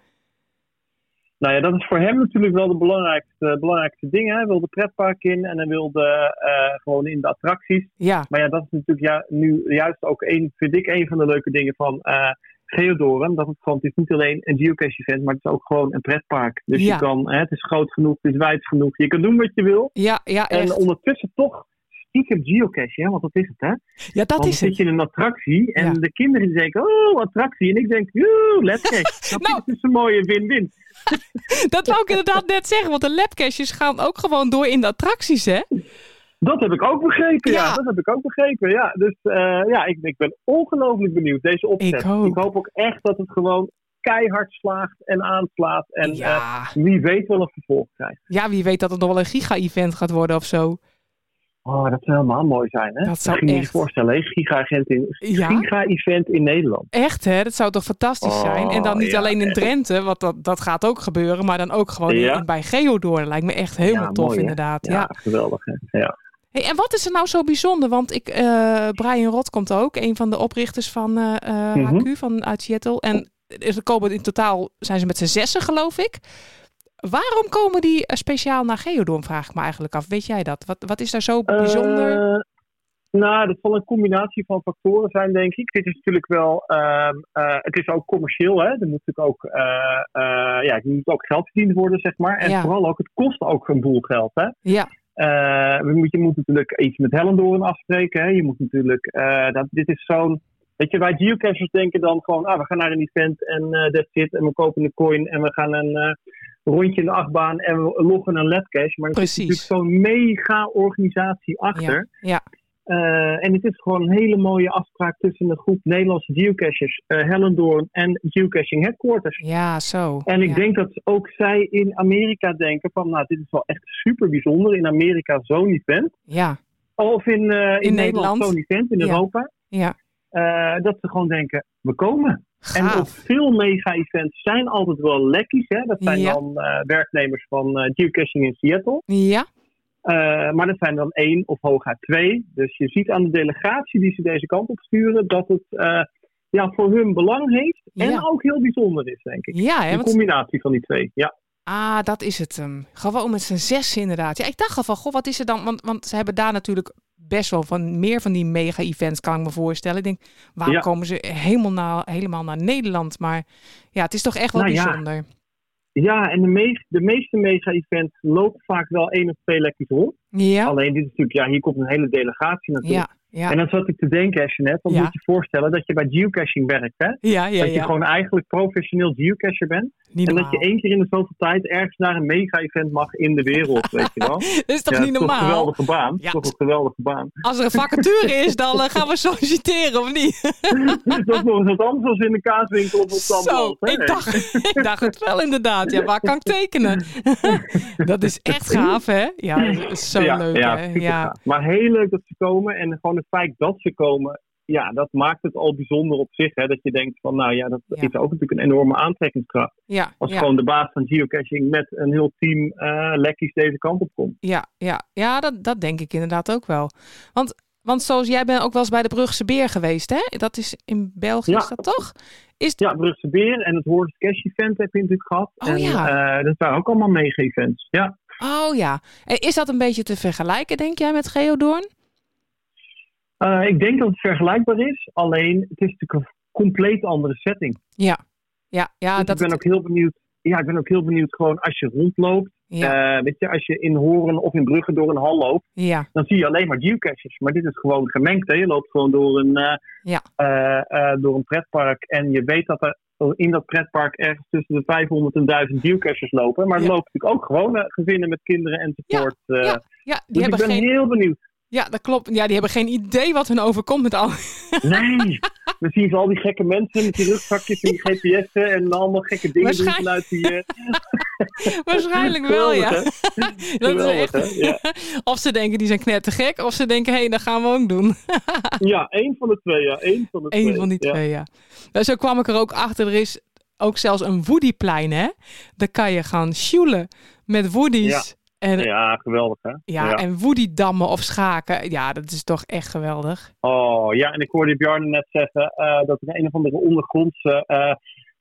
Speaker 3: Nou ja, dat is voor hem natuurlijk wel de belangrijkste, eh, belangrijkste ding. Hè. Hij wil de pretpark in en hij wil de, eh, gewoon in de attracties.
Speaker 2: Ja,
Speaker 3: Maar ja, dat is natuurlijk ja, nu juist ook één, vind ik een van de leuke dingen van eh Geodoren. Dat het, gewoon, het is niet alleen een geocache-event, maar het is ook gewoon een pretpark. Dus
Speaker 2: Ja.
Speaker 3: je kan, hè, het is groot genoeg, het is wijd genoeg. Je kan doen wat je wil.
Speaker 2: ja, ja,
Speaker 3: En
Speaker 2: echt.
Speaker 3: ondertussen toch stiekem geocache, hè? want dat is het, hè?
Speaker 2: Ja, dat
Speaker 3: want dan
Speaker 2: is
Speaker 3: zit
Speaker 2: het.
Speaker 3: je in een attractie en
Speaker 2: Ja.
Speaker 3: de kinderen die denken, oh, attractie. En ik denk, joe, let's cash. Dat
Speaker 2: Nou.
Speaker 3: is dus een mooie win-win.
Speaker 2: Dat wou ik inderdaad net zeggen, want de labcaches gaan ook gewoon door in de attracties, hè?
Speaker 3: Dat heb ik ook begrepen, ja.
Speaker 2: Ja.
Speaker 3: Dat heb ik ook begrepen, ja. Dus eh, ja, ik, ik ben ongelooflijk benieuwd, deze opzet.
Speaker 2: Ik ook.
Speaker 3: ook echt dat het gewoon keihard slaagt en aanslaat. En eh,
Speaker 2: Ja.
Speaker 3: wie weet wel een vervolg krijgt.
Speaker 2: ja, wie weet dat het nog wel een giga-event gaat worden of zo.
Speaker 3: Oh, dat zou helemaal mooi zijn, hè?
Speaker 2: Dat zou
Speaker 3: Kun je je
Speaker 2: echt-
Speaker 3: voorstellen, hè? giga-event in,
Speaker 2: Ja,
Speaker 3: giga-event in Nederland.
Speaker 2: echt hè? Dat zou toch fantastisch
Speaker 3: Oh,
Speaker 2: zijn? En dan niet
Speaker 3: ja,
Speaker 2: alleen in
Speaker 3: echt.
Speaker 2: Drenthe, want dat, dat gaat ook gebeuren, maar dan ook gewoon in-
Speaker 3: Ja.
Speaker 2: in- bij Geodoorn. Lijkt me echt helemaal
Speaker 3: Ja,
Speaker 2: tof,
Speaker 3: mooi, hè?
Speaker 2: inderdaad.
Speaker 3: Ja,
Speaker 2: Ja.
Speaker 3: geweldig, hè? Ja.
Speaker 2: Hey, en wat is er nou zo bijzonder? Want ik, eh, Brian Rot komt ook, een van de oprichters van eh, eh,
Speaker 3: Mhm.
Speaker 2: HQ, van uit Seattle. En er komen in totaal zijn ze met z'n zessen, geloof ik. Waarom komen die eh, speciaal naar Geodoorn, vraag ik me eigenlijk af. Weet jij dat? Wat, wat is daar zo bijzonder?
Speaker 3: Eh, nou, dat zal een combinatie van factoren zijn, denk ik. Dit is natuurlijk wel. ehm, eh, het is ook commercieel, hè? Er moet natuurlijk ook. eh, eh, ja, er moet ook geld verdiend worden, zeg maar. En
Speaker 2: Ja.
Speaker 3: vooral ook, het kost ook een boel geld, hè?
Speaker 2: ja,
Speaker 3: Eh, we moet- je moet natuurlijk iets met Hellendoorn afspreken. Hè? Je moet natuurlijk. eh, dat, dit is zo'n. Weet je, wij geocachers denken dan gewoon, ah, we gaan naar een event en eh that's it. En we kopen een coin en we gaan een eh, rondje in de achtbaan en we loggen een labcache. Maar er zit
Speaker 2: Precies.
Speaker 3: natuurlijk Dus zo'n mega organisatie achter.
Speaker 2: ja.
Speaker 3: Eh, en het is gewoon een hele mooie afspraak tussen de groep Nederlandse geocachers, eh Hellendoorn en Geocaching Headquarters.
Speaker 2: ja, zo.
Speaker 3: En ik
Speaker 2: Ja.
Speaker 3: denk dat ook zij in Amerika denken van, nou, dit is wel echt super bijzonder in Amerika zo'n event.
Speaker 2: Ja,
Speaker 3: Of in, eh, in,
Speaker 2: In
Speaker 3: Nederland,
Speaker 2: Nederland.
Speaker 3: zo'n event, in
Speaker 2: Ja.
Speaker 3: Europa.
Speaker 2: ja.
Speaker 3: Eh, dat ze gewoon denken, we komen. En op
Speaker 2: Gaaf.
Speaker 3: veel mega-events zijn altijd wel lekkies. Hè? Dat zijn
Speaker 2: Ja.
Speaker 3: dan eh, werknemers van eh, geocaching in Seattle.
Speaker 2: Ja,
Speaker 3: Eh, maar dat zijn dan één of hooguit twee. Dus je ziet aan de delegatie die ze deze kant op sturen dat het eh, ja, voor hun belang heeft. En
Speaker 2: Ja.
Speaker 3: ook heel bijzonder is, denk ik.
Speaker 2: ja hè,
Speaker 3: Een
Speaker 2: want,
Speaker 3: combinatie van die twee. Ja,
Speaker 2: ah, dat is het. hem. Gewoon met z'n zes inderdaad. Ja, ik dacht al van, goh, wat is er dan? Want, want ze hebben daar natuurlijk best wel van meer van die mega-events, kan ik me voorstellen. Ik denk, waarom
Speaker 3: Ja.
Speaker 2: komen ze helemaal, na, helemaal naar Nederland? Maar ja, het is toch echt wel
Speaker 3: Nou ja.
Speaker 2: bijzonder. Ja.
Speaker 3: ja en de, meest, de meeste mega-events lopen vaak wel één of twee lekkies rond.
Speaker 2: Ja,
Speaker 3: Alleen dit is natuurlijk, ja, hier komt een hele delegatie naartoe.
Speaker 2: ja, ja,
Speaker 3: En dan zat ik te denken, als je net, dan
Speaker 2: Ja.
Speaker 3: moet je je voorstellen dat je bij geocaching werkt. Hè?
Speaker 2: ja, ja,
Speaker 3: dat je gewoon eigenlijk professioneel geocacher bent.
Speaker 2: Niet
Speaker 3: En dat
Speaker 2: normaal.
Speaker 3: je één keer in de zoveel tijd ergens naar een mega-event mag in de wereld, weet je wel.
Speaker 2: Dat is toch
Speaker 3: Ja,
Speaker 2: niet
Speaker 3: Toch een
Speaker 2: normaal?
Speaker 3: geweldige baan.
Speaker 2: Ja.
Speaker 3: Toch een geweldige baan.
Speaker 2: Als er een vacature is, dan eh, gaan we solliciteren, of niet?
Speaker 3: dat is nog eens wat anders dan in de kaaswinkel op het
Speaker 2: Zo,
Speaker 3: Zandvoort, hè?
Speaker 2: ik dacht, ik dacht het wel inderdaad. Ja, waar kan ik tekenen? dat is echt gaaf, hè? Ja, dat is zo
Speaker 3: ja,
Speaker 2: leuk,
Speaker 3: ja,
Speaker 2: hè?
Speaker 3: super
Speaker 2: Ja,
Speaker 3: gaaf. Maar heel leuk dat ze komen. En gewoon het feit dat ze komen, ja, dat maakt het al bijzonder op zich. Hè? Dat je denkt van, nou ja, dat
Speaker 2: Ja.
Speaker 3: is ook natuurlijk een enorme aantrekkingskracht.
Speaker 2: ja,
Speaker 3: Als
Speaker 2: ja,
Speaker 3: gewoon de baas van geocaching met een heel team eh lekkies deze kant op komt.
Speaker 2: ja, ja, ja dat, dat denk ik inderdaad ook wel. Want, want zoals jij bent ook wel eens bij de Brugse Beer geweest, hè? Dat is in België,
Speaker 3: Ja.
Speaker 2: is dat toch? Is
Speaker 3: Ja, Brugse Beer en het Hordes Cash Event heb je natuurlijk gehad.
Speaker 2: Oh,
Speaker 3: en
Speaker 2: ja.
Speaker 3: eh, dat waren ook allemaal mega-events. Ja.
Speaker 2: Oh ja. En is dat een beetje te vergelijken, denk jij, met Geodoorn?
Speaker 3: Eh, ik denk dat het vergelijkbaar is, alleen het is natuurlijk een compleet andere setting.
Speaker 2: Ja. Ja, ja,
Speaker 3: Dus
Speaker 2: Ah, dat
Speaker 3: ik ben
Speaker 2: het-
Speaker 3: ook heel benieuwd. Ja, ik ben ook heel benieuwd gewoon als je rondloopt.
Speaker 2: ja,
Speaker 3: eh, weet je, als je in Horen of in Brugge door een hal loopt,
Speaker 2: ja,
Speaker 3: dan zie je alleen maar geocaches. Maar dit is gewoon gemengd. Hè? Je loopt gewoon door een, eh,
Speaker 2: Ja.
Speaker 3: eh, eh, door een pretpark. En je weet dat er in dat pretpark ergens tussen de 500 en 1000 geocaches lopen. Maar er
Speaker 2: Ja.
Speaker 3: lopen natuurlijk ook gewoon eh, gezinnen met kinderen enzovoort. eh.
Speaker 2: ja, die
Speaker 3: Dus ik
Speaker 2: hebben
Speaker 3: ben
Speaker 2: geen...
Speaker 3: heel benieuwd.
Speaker 2: Ja, dat klopt. Ja, die hebben geen idee wat hun overkomt met al.
Speaker 3: Nee! Dan zien ze al die gekke mensen met die rugzakjes en die GPS'en en allemaal gekke dingen doen
Speaker 2: Waarschijnlijk-
Speaker 3: vanuit die... eh,
Speaker 2: Waarschijnlijk wel, ja.
Speaker 3: geweldig, hè?
Speaker 2: Dat is
Speaker 3: Geweldig,
Speaker 2: echt...
Speaker 3: hè? Ja.
Speaker 2: Of ze denken die zijn knettergek, of ze denken hé, dat gaan we ook doen.
Speaker 3: Ja, één van de twee, ja. Één van de twee.
Speaker 2: Eén van die
Speaker 3: ja.
Speaker 2: twee, ja. Nou, zo kwam ik er ook achter. Er is ook zelfs een Woodyplein, hè? Daar kan je gaan sjoelen met Woody's. En, ja,
Speaker 3: Ja, geweldig, hè? ja.
Speaker 2: en Woodydammen of schaken. Ja, dat is toch echt geweldig.
Speaker 3: Oh, ja, en ik hoorde Bjarne net zeggen eh, dat er een of andere ondergrondse eh,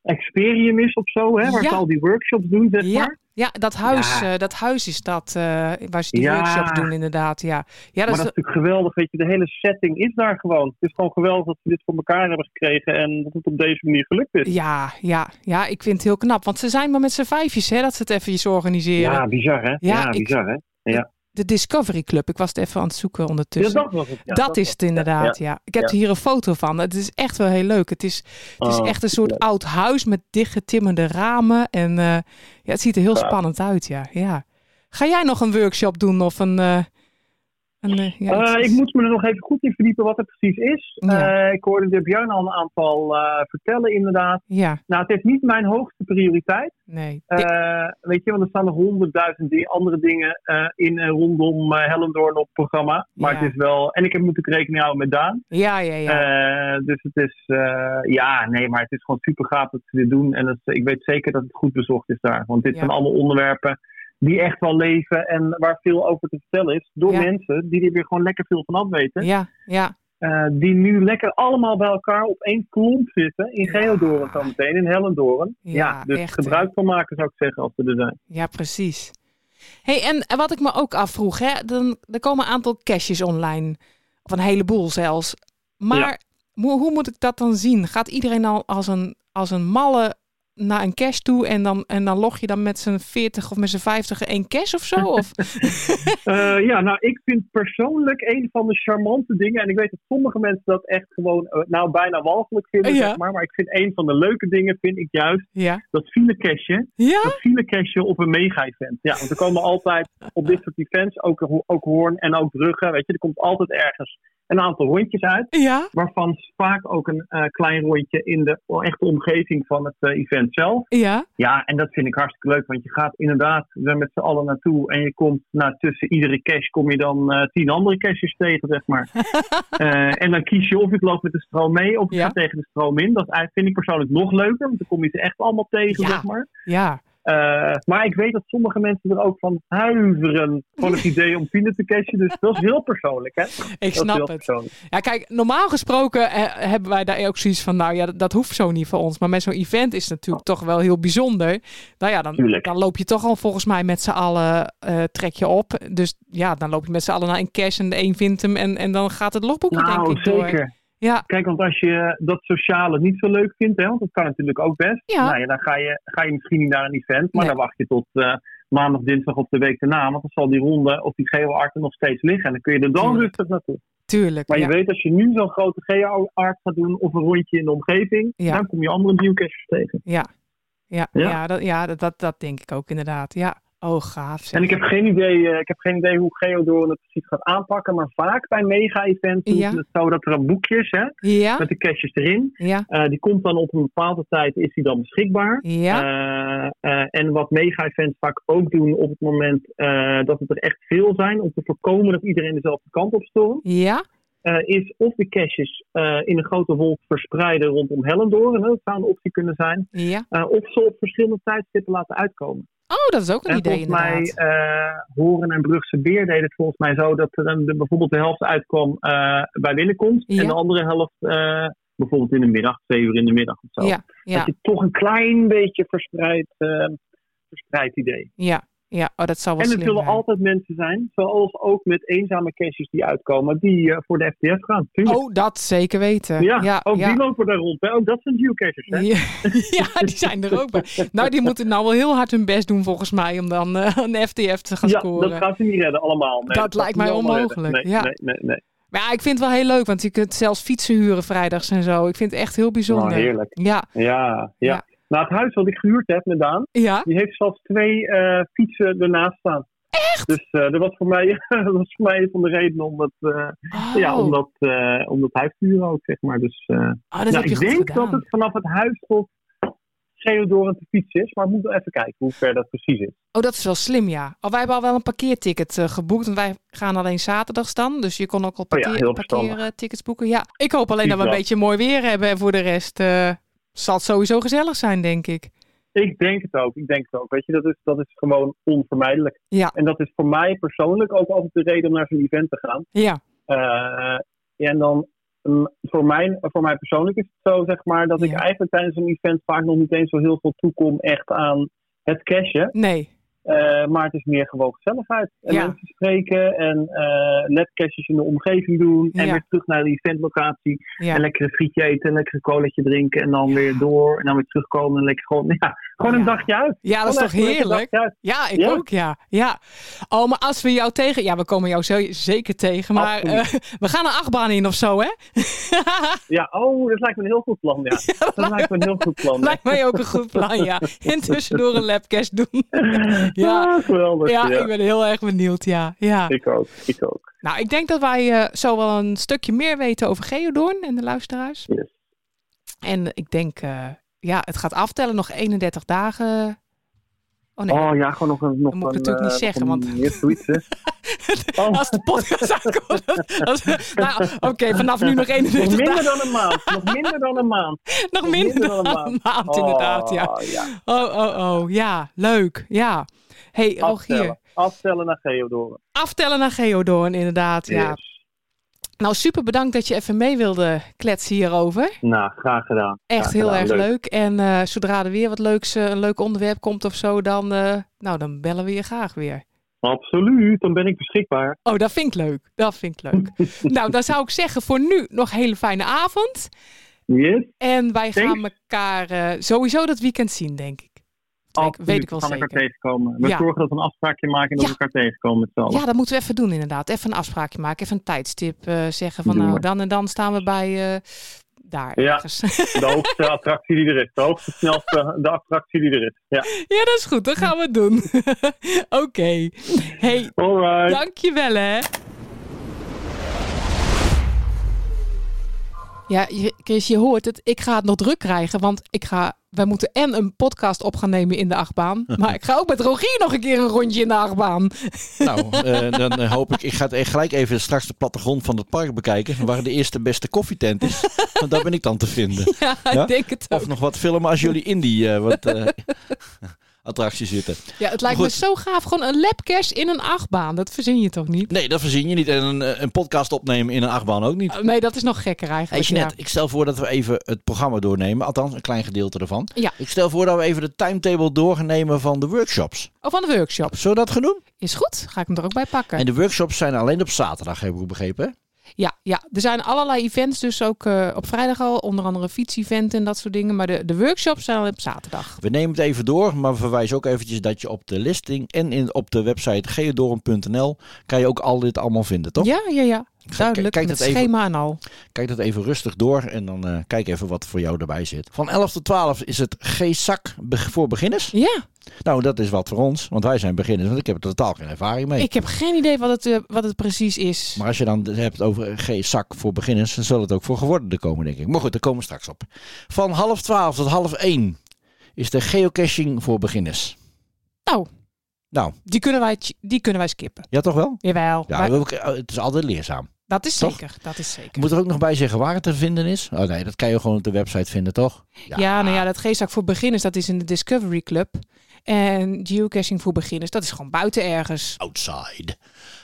Speaker 3: Experium is of zo, hè? Waar
Speaker 2: Ja.
Speaker 3: ze al die workshops doen, zeg
Speaker 2: Ja,
Speaker 3: maar.
Speaker 2: ja, dat huis,
Speaker 3: Ja.
Speaker 2: eh, dat huis is dat eh, waar ze die
Speaker 3: Ja.
Speaker 2: workshops doen, inderdaad. Ja, ja dat
Speaker 3: maar
Speaker 2: is
Speaker 3: dat is natuurlijk geweldig, weet je. De hele setting is daar gewoon. Het is gewoon geweldig dat ze dit voor elkaar hebben gekregen en dat het op deze manier gelukt is.
Speaker 2: Ja, ja, ja, ik vind het heel knap. Want ze zijn maar met z'n vijfjes hè, dat ze het eventjes organiseren.
Speaker 3: Ja, bizar, hè? Ja,
Speaker 2: Ja, ik-
Speaker 3: bizar, hè?
Speaker 2: De Discovery Club, ik was het even aan het zoeken
Speaker 3: Ja,
Speaker 2: ondertussen.
Speaker 3: dat was het. Ja,
Speaker 2: Dus Dat is het inderdaad, ja. Ik heb
Speaker 3: Ja.
Speaker 2: hier een foto van. Het is echt wel heel leuk. Het is, het is
Speaker 3: Oh,
Speaker 2: echt een soort
Speaker 3: leuk.
Speaker 2: oud huis met dichtgetimmerde ramen. En eh, ja, het ziet er heel
Speaker 3: Ja.
Speaker 2: spannend uit, ja. ja. Ga jij nog een workshop doen of een... eh, een eh, ja,
Speaker 3: Eh,
Speaker 2: iets-
Speaker 3: ik moet me er nog even goed in verdiepen wat het precies is.
Speaker 2: Ja.
Speaker 3: Eh, ik hoorde de Bjarne al een aantal eh, vertellen, inderdaad.
Speaker 2: Ja,
Speaker 3: Nou, het is niet mijn hoogste prioriteit.
Speaker 2: nee.
Speaker 3: Eh,
Speaker 2: Dit-
Speaker 3: weet je, want er staan nog honderdduizend di- andere dingen eh, in en rondom eh Hellendoorn op het programma. Maar
Speaker 2: Ja.
Speaker 3: het is wel. En ik heb natuurlijk rekening houden met Daan.
Speaker 2: ja, ja, ja.
Speaker 3: Eh, dus het is. eh, ja, nee, maar het is gewoon super gaaf dat ze dit doen. En het- ik weet zeker dat het goed bezocht is daar. Want dit
Speaker 2: Ja.
Speaker 3: zijn allemaal onderwerpen die echt wel leven en waar veel over te vertellen is. Door
Speaker 2: Ja.
Speaker 3: mensen die er weer gewoon lekker veel van af weten.
Speaker 2: ja, ja.
Speaker 3: Eh, die nu lekker allemaal bij elkaar op één klomp zitten. In
Speaker 2: Ja.
Speaker 3: Geodoren zo meteen, in Hellendoren.
Speaker 2: Ja,
Speaker 3: Ja, dus
Speaker 2: echt, hè.
Speaker 3: gebruik van maken zou ik zeggen als ze er zijn.
Speaker 2: Ja, precies. Hey, en wat ik me ook afvroeg, hè, dan, er komen een aantal caches online. Of een heleboel zelfs. Maar mo- hoe moet ik dat dan zien? Gaat iedereen al als een, als een malle naar een cache toe en dan, en dan log je dan met z'n 40 of met z'n 50 één cache of zo? Of,
Speaker 3: Eh, ja, nou, ik vind persoonlijk een van de charmante dingen. En ik weet dat sommige mensen dat echt gewoon, eh, nou, bijna walgelijk vinden.
Speaker 2: Ja.
Speaker 3: Zeg maar, maar ik vind een van de leuke dingen, vind ik juist
Speaker 2: ja.
Speaker 3: dat filecashje.
Speaker 2: Ja?
Speaker 3: Dat filecashje op een mega-event. Ja, want er komen altijd op dit soort events, ook, ook Hoorn en ook Brugge, weet je, er komt altijd ergens een aantal rondjes uit.
Speaker 2: Ja?
Speaker 3: Waarvan vaak ook een eh, klein rondje in de echte omgeving van het eh, event zelf.
Speaker 2: Ja?
Speaker 3: Ja, en dat vind ik hartstikke leuk, want je gaat inderdaad er met z'n allen naartoe en je komt nou, tussen iedere cache kom je dan eh, tien andere caches tegen, zeg maar. Eh, en dan kies je of je het loopt met de stroom mee of je
Speaker 2: Ja.
Speaker 3: gaat tegen de stroom in. Dat eh, vind ik persoonlijk nog leuker, want dan kom je ze echt allemaal tegen,
Speaker 2: Ja.
Speaker 3: zeg maar.
Speaker 2: Ja.
Speaker 3: Eh, maar ik weet dat sommige mensen er ook van huiveren van het idee om file te cashen, dus dat is heel persoonlijk, hè?
Speaker 2: Ik
Speaker 3: dat is heel
Speaker 2: snap het.
Speaker 3: persoonlijk.
Speaker 2: Ja, kijk, normaal gesproken eh, hebben wij daar ook zoiets van, nou ja, dat, dat hoeft zo niet voor ons. Maar met zo'n event is het natuurlijk toch wel heel bijzonder. Nou ja, dan,
Speaker 3: Tuurlijk.
Speaker 2: dan loop je toch al volgens mij met z'n allen, eh, trek je op. Dus ja, dan loop je met z'n allen naar een cash en de een vindt hem en, en dan gaat het logboekje
Speaker 3: Nou,
Speaker 2: denk ik door.
Speaker 3: zeker.
Speaker 2: Ja,
Speaker 3: Kijk, want als je dat sociale niet zo leuk vindt, hè, want dat kan natuurlijk ook best.
Speaker 2: Ja.
Speaker 3: Nou ja, dan ga je, ga je misschien niet naar een event, maar
Speaker 2: Nee.
Speaker 3: dan wacht je tot eh, maandag, dinsdag of de week daarna. Want dan zal die ronde of die geo-art er nog steeds liggen. En dan kun je er dan
Speaker 2: Tuurlijk.
Speaker 3: rustig naartoe.
Speaker 2: tuurlijk.
Speaker 3: Maar
Speaker 2: Ja.
Speaker 3: je weet, als je nu zo'n grote geo-art gaat doen of een rondje in de omgeving,
Speaker 2: Ja.
Speaker 3: dan kom je andere viewcachers tegen.
Speaker 2: Ja, ja, ja.
Speaker 3: Ja.
Speaker 2: dat, ja dat, dat, dat denk ik ook inderdaad. Ja, oh gaaf. zeg.
Speaker 3: En ik heb geen idee, eh, ik heb geen idee hoe Geodoren het precies gaat aanpakken. Maar vaak bij mega-events doen
Speaker 2: Ja. Ah.
Speaker 3: ze het zo dat er een boekje is, hè,
Speaker 2: Ja,
Speaker 3: met de caches erin.
Speaker 2: ja,
Speaker 3: Eh, die komt dan op een bepaalde tijd, is die dan beschikbaar.
Speaker 2: ja,
Speaker 3: Eh, eh, en wat mega-events vaak ook doen op het moment eh, dat het er echt veel zijn, om te voorkomen dat iedereen dezelfde kant op stormt,
Speaker 2: ja,
Speaker 3: eh, is of de caches eh, in een grote wolk verspreiden rondom Hellendoorn, hè, dat zou een optie kunnen zijn,
Speaker 2: ja.
Speaker 3: eh, of ze op verschillende tijdstippen laten uitkomen.
Speaker 2: Oh, dat is ook een
Speaker 3: en
Speaker 2: idee
Speaker 3: volgens mij,
Speaker 2: inderdaad.
Speaker 3: eh, Horen en Brugse Beer deden het volgens mij zo dat er dan de, bijvoorbeeld de helft uitkwam eh, bij binnenkomst
Speaker 2: Ja.
Speaker 3: en de andere helft eh, bijvoorbeeld in de middag, twee uur in de middag of eh, zo.
Speaker 2: ja, ja.
Speaker 3: Dat je toch een klein beetje verspreid, eh, verspreid idee.
Speaker 2: Ja, ja. Oh, dat zal wel
Speaker 3: en er
Speaker 2: slim
Speaker 3: zullen
Speaker 2: zijn.
Speaker 3: altijd mensen zijn, zoals ook met eenzame cases die uitkomen, die eh, voor de FTF gaan. Tuurlijk.
Speaker 2: Oh, dat zeker weten.
Speaker 3: ja,
Speaker 2: ja,
Speaker 3: ook
Speaker 2: ja.
Speaker 3: die lopen daar rond. Hè? Ook dat zijn geocaches. Hè?
Speaker 2: Ja, ja, die zijn er ook bij. Nou, die moeten nou wel heel hard hun best doen volgens mij om dan eh, een FTF te gaan
Speaker 3: Ja,
Speaker 2: scoren.
Speaker 3: dat gaan ze niet redden allemaal. Nee,
Speaker 2: Dat lijkt
Speaker 3: gaan ze
Speaker 2: mij
Speaker 3: niet allemaal redden.
Speaker 2: onmogelijk,
Speaker 3: Nee,
Speaker 2: ja.
Speaker 3: nee, nee, nee.
Speaker 2: Maar ja, ik vind het wel heel leuk, want je kunt zelfs fietsen huren vrijdags en zo. Ik vind het echt heel bijzonder.
Speaker 3: Oh, heerlijk.
Speaker 2: Ja,
Speaker 3: Ja, ja.
Speaker 2: Ja.
Speaker 3: Nou, het huis wat ik gehuurd heb met Daan,
Speaker 2: ja.
Speaker 3: die heeft zelfs twee eh, fietsen ernaast staan. Dus eh, dat, was voor mij, dat was voor mij een van de redenen om dat, eh,
Speaker 2: Oh,
Speaker 3: ja, om dat, eh, om dat huis te huren ook, zeg maar. Dus, eh,
Speaker 2: oh, dat
Speaker 3: nou,
Speaker 2: heb je
Speaker 3: ik
Speaker 2: goed
Speaker 3: denk
Speaker 2: gedaan.
Speaker 3: dat het vanaf het huis tot Theodoren te fietsen is, maar we moeten even kijken hoe ver dat precies is.
Speaker 2: Oh, dat is wel slim, ja. Oh, wij hebben al wel een parkeerticket eh, geboekt. Want wij gaan alleen zaterdags dan. Dus je kon ook al
Speaker 3: Oh ja,
Speaker 2: parkeer,
Speaker 3: heel verstandig.
Speaker 2: parkeertickets boeken. Ja, ik hoop alleen dat we een
Speaker 3: Precies
Speaker 2: beetje mooi weer hebben. En voor de rest eh, zal het sowieso gezellig zijn, denk ik.
Speaker 3: Ik denk het ook, ik denk het ook. Weet je, dat is, dat is gewoon onvermijdelijk.
Speaker 2: Ja.
Speaker 3: En dat is voor mij persoonlijk ook altijd de reden om naar zo'n event te gaan.
Speaker 2: Ja,
Speaker 3: Eh, ja, en dan mm, voor mij, voor mij persoonlijk is het zo, zeg maar, dat ik
Speaker 2: Ja.
Speaker 3: eigenlijk tijdens een event vaak nog niet eens zo heel veel toekom echt aan het cashen.
Speaker 2: nee.
Speaker 3: Eh, maar het is meer gewoon gezelligheid. En
Speaker 2: Ja.
Speaker 3: mensen spreken en eh labcashes in de omgeving doen. En
Speaker 2: Ja.
Speaker 3: weer terug naar de eventlocatie. En
Speaker 2: Ja.
Speaker 3: lekker een frietje eten, een lekker een colaatje drinken. En dan weer door. En dan weer terugkomen. En lekker gewoon, ja, gewoon een
Speaker 2: Ja.
Speaker 3: dagje uit.
Speaker 2: ja, dat is
Speaker 3: Gewoon
Speaker 2: toch
Speaker 3: echt een lekker
Speaker 2: heerlijk?
Speaker 3: dagje uit.
Speaker 2: Ja, ik
Speaker 3: Ja.
Speaker 2: ook, ja. ja. Oh, maar als we jou tegen... Ja, we komen jou zo- zeker tegen. Maar
Speaker 3: Absoluut.
Speaker 2: eh, we gaan een achtbaan in of zo, hè?
Speaker 3: Ja, oh, dat lijkt me een heel goed plan. Ja. dat lijkt me een heel goed plan.
Speaker 2: Lijkt mij ook een goed plan, ja. En tussendoor een labcast doen. Ja.
Speaker 3: Ah, geweldig.
Speaker 2: Ja,
Speaker 3: Ja,
Speaker 2: ik ben heel erg benieuwd, ja. ja.
Speaker 3: ik ook. Ik ook.
Speaker 2: Nou, ik denk dat wij eh, zo wel een stukje meer weten over Geodoorn en de luisteraars.
Speaker 3: Yes.
Speaker 2: En ik denk, eh, ja, het gaat aftellen, nog 31 dagen. Oh nee,
Speaker 3: Oh ja, gewoon nog een. Nog
Speaker 2: moet ik
Speaker 3: een,
Speaker 2: natuurlijk niet
Speaker 3: eh,
Speaker 2: zeggen,
Speaker 3: nog een-
Speaker 2: want-
Speaker 3: Ja, zoiets, hè. Oh,
Speaker 2: als de podcast aankomt. als- nou, oké, vanaf nu nog 31
Speaker 3: nog minder
Speaker 2: dagen.
Speaker 3: dan een maand. Nog minder dan een maand.
Speaker 2: Nog minder dan een maand, inderdaad, ja.
Speaker 3: Oh, ja.
Speaker 2: Oh, oh, oh, ja, leuk, ja. hey, Rogier,
Speaker 3: Aftellen. Aftellen naar Geodoren.
Speaker 2: aftellen naar Geodoorn, inderdaad, ja.
Speaker 3: Yes.
Speaker 2: Nou, super bedankt dat je even mee wilde kletsen hierover.
Speaker 3: Nou, graag gedaan.
Speaker 2: Echt
Speaker 3: Graag
Speaker 2: heel
Speaker 3: gedaan.
Speaker 2: erg leuk. En eh, zodra er weer wat leuks, eh, een leuk onderwerp komt of zo, dan, eh, nou, dan bellen we je graag weer.
Speaker 3: Absoluut, dan ben ik beschikbaar.
Speaker 2: Oh, dat vind ik leuk. Dat vind ik leuk. nou, dan zou ik zeggen voor nu nog een hele fijne avond.
Speaker 3: Yes.
Speaker 2: En wij gaan
Speaker 3: Thanks.
Speaker 2: elkaar eh, sowieso dat weekend zien, denk ik. Dat
Speaker 3: Absoluut.
Speaker 2: weet ik wel
Speaker 3: we gaan
Speaker 2: zeker.
Speaker 3: elkaar tegenkomen. We
Speaker 2: Ja.
Speaker 3: zorgen dat we een afspraakje maken en dat
Speaker 2: Ja.
Speaker 3: we elkaar tegenkomen met z'n allen.
Speaker 2: Ja, dat moeten we even doen inderdaad. Even een afspraakje maken, even een tijdstip eh, zeggen van
Speaker 3: Doen
Speaker 2: nou,
Speaker 3: we.
Speaker 2: dan en dan staan we bij eh, daar
Speaker 3: Ja.
Speaker 2: ergens.
Speaker 3: De hoogste attractie die er is. De hoogste, snelste de attractie die er is. Ja.
Speaker 2: ja, dat is goed. Dat gaan we het doen. Oké. Hey,
Speaker 3: Alright.
Speaker 2: Dankjewel, hè. Ja, je- Chris, je hoort het. Ik ga het nog druk krijgen, want ik ga... Wij moeten en een podcast op gaan nemen in de achtbaan. Maar ik ga ook met Rogier nog een keer een rondje in de achtbaan.
Speaker 1: Nou, eh, dan eh, hoop ik. Ik ga het echt gelijk even straks de plattegrond van het park bekijken. Waar de eerste beste koffietent is. Want daar ben ik dan te vinden.
Speaker 2: Ja,
Speaker 1: Ja?
Speaker 2: ik denk het ook.
Speaker 1: Of nog wat filmen als jullie in die eh, wat, eh, attractie zitten.
Speaker 2: Ja, het lijkt me
Speaker 1: Goed.
Speaker 2: zo gaaf. Gewoon een labcash in een achtbaan. Dat verzin je toch niet?
Speaker 1: Nee, dat verzin je niet. En een, eh, een podcast opnemen in een achtbaan ook niet.
Speaker 2: Eh, Nee, dat is nog gekker
Speaker 1: Hey
Speaker 2: eigenlijk.
Speaker 1: Jeanette, ik stel voor dat we even het programma doornemen. Althans, een klein gedeelte ervan.
Speaker 2: Ja.
Speaker 1: Ik stel voor dat we even de timetable doornemen van de workshops.
Speaker 2: ja. Oh, van de workshop.
Speaker 1: Zullen we dat gaan doen?
Speaker 2: Is goed. Ga ik hem er ook bij pakken.
Speaker 1: En de workshops zijn alleen op zaterdag, heb ik begrepen. hè?
Speaker 2: Ja, ja, er zijn allerlei events dus ook eh, op vrijdag al. Onder andere een fietsevent en dat soort dingen. Maar de, de workshops zijn al op zaterdag.
Speaker 1: We nemen het even door, maar we verwijzen ook eventjes dat je op de listing en in, op de website geodoren.nl kan je ook al dit allemaal vinden, toch?
Speaker 2: Ja, ja, ja. Duidelijk,
Speaker 1: kijk
Speaker 2: met
Speaker 1: dat even-
Speaker 2: schema en al.
Speaker 1: Kijk dat even rustig door en dan eh, kijk even wat voor jou erbij zit. Van 11 tot 12 is het G-zak be- voor beginners.
Speaker 2: Ja,
Speaker 1: Nou, dat is wat voor ons, want wij zijn beginners, want ik heb er totaal geen ervaring mee.
Speaker 2: ik heb geen idee wat het, eh, wat het precies is.
Speaker 1: Maar als je dan het hebt over G-zak voor beginners, dan zal het ook voor geworderden komen, denk ik. Maar goed, daar komen we straks op. Van half 12 tot half 1 is de geocaching voor beginners.
Speaker 2: Nou.
Speaker 1: Nou,
Speaker 2: Die, kunnen wij, ch- die kunnen wij skippen.
Speaker 1: ja toch wel?
Speaker 2: Jawel,
Speaker 1: Ja,
Speaker 2: wij-
Speaker 1: ook, eh, het is altijd leerzaam.
Speaker 2: dat is
Speaker 1: toch?
Speaker 2: zeker. Dat is zeker.
Speaker 1: Ik moet er ook nog bij zeggen waar het te vinden is. Oh nee, dat kan je gewoon op de website vinden, toch?
Speaker 2: ja. nou ja, dat geestzak voor beginners, dat is in de Discovery Club. En geocaching voor beginners, dat is gewoon buiten ergens.
Speaker 1: Outside.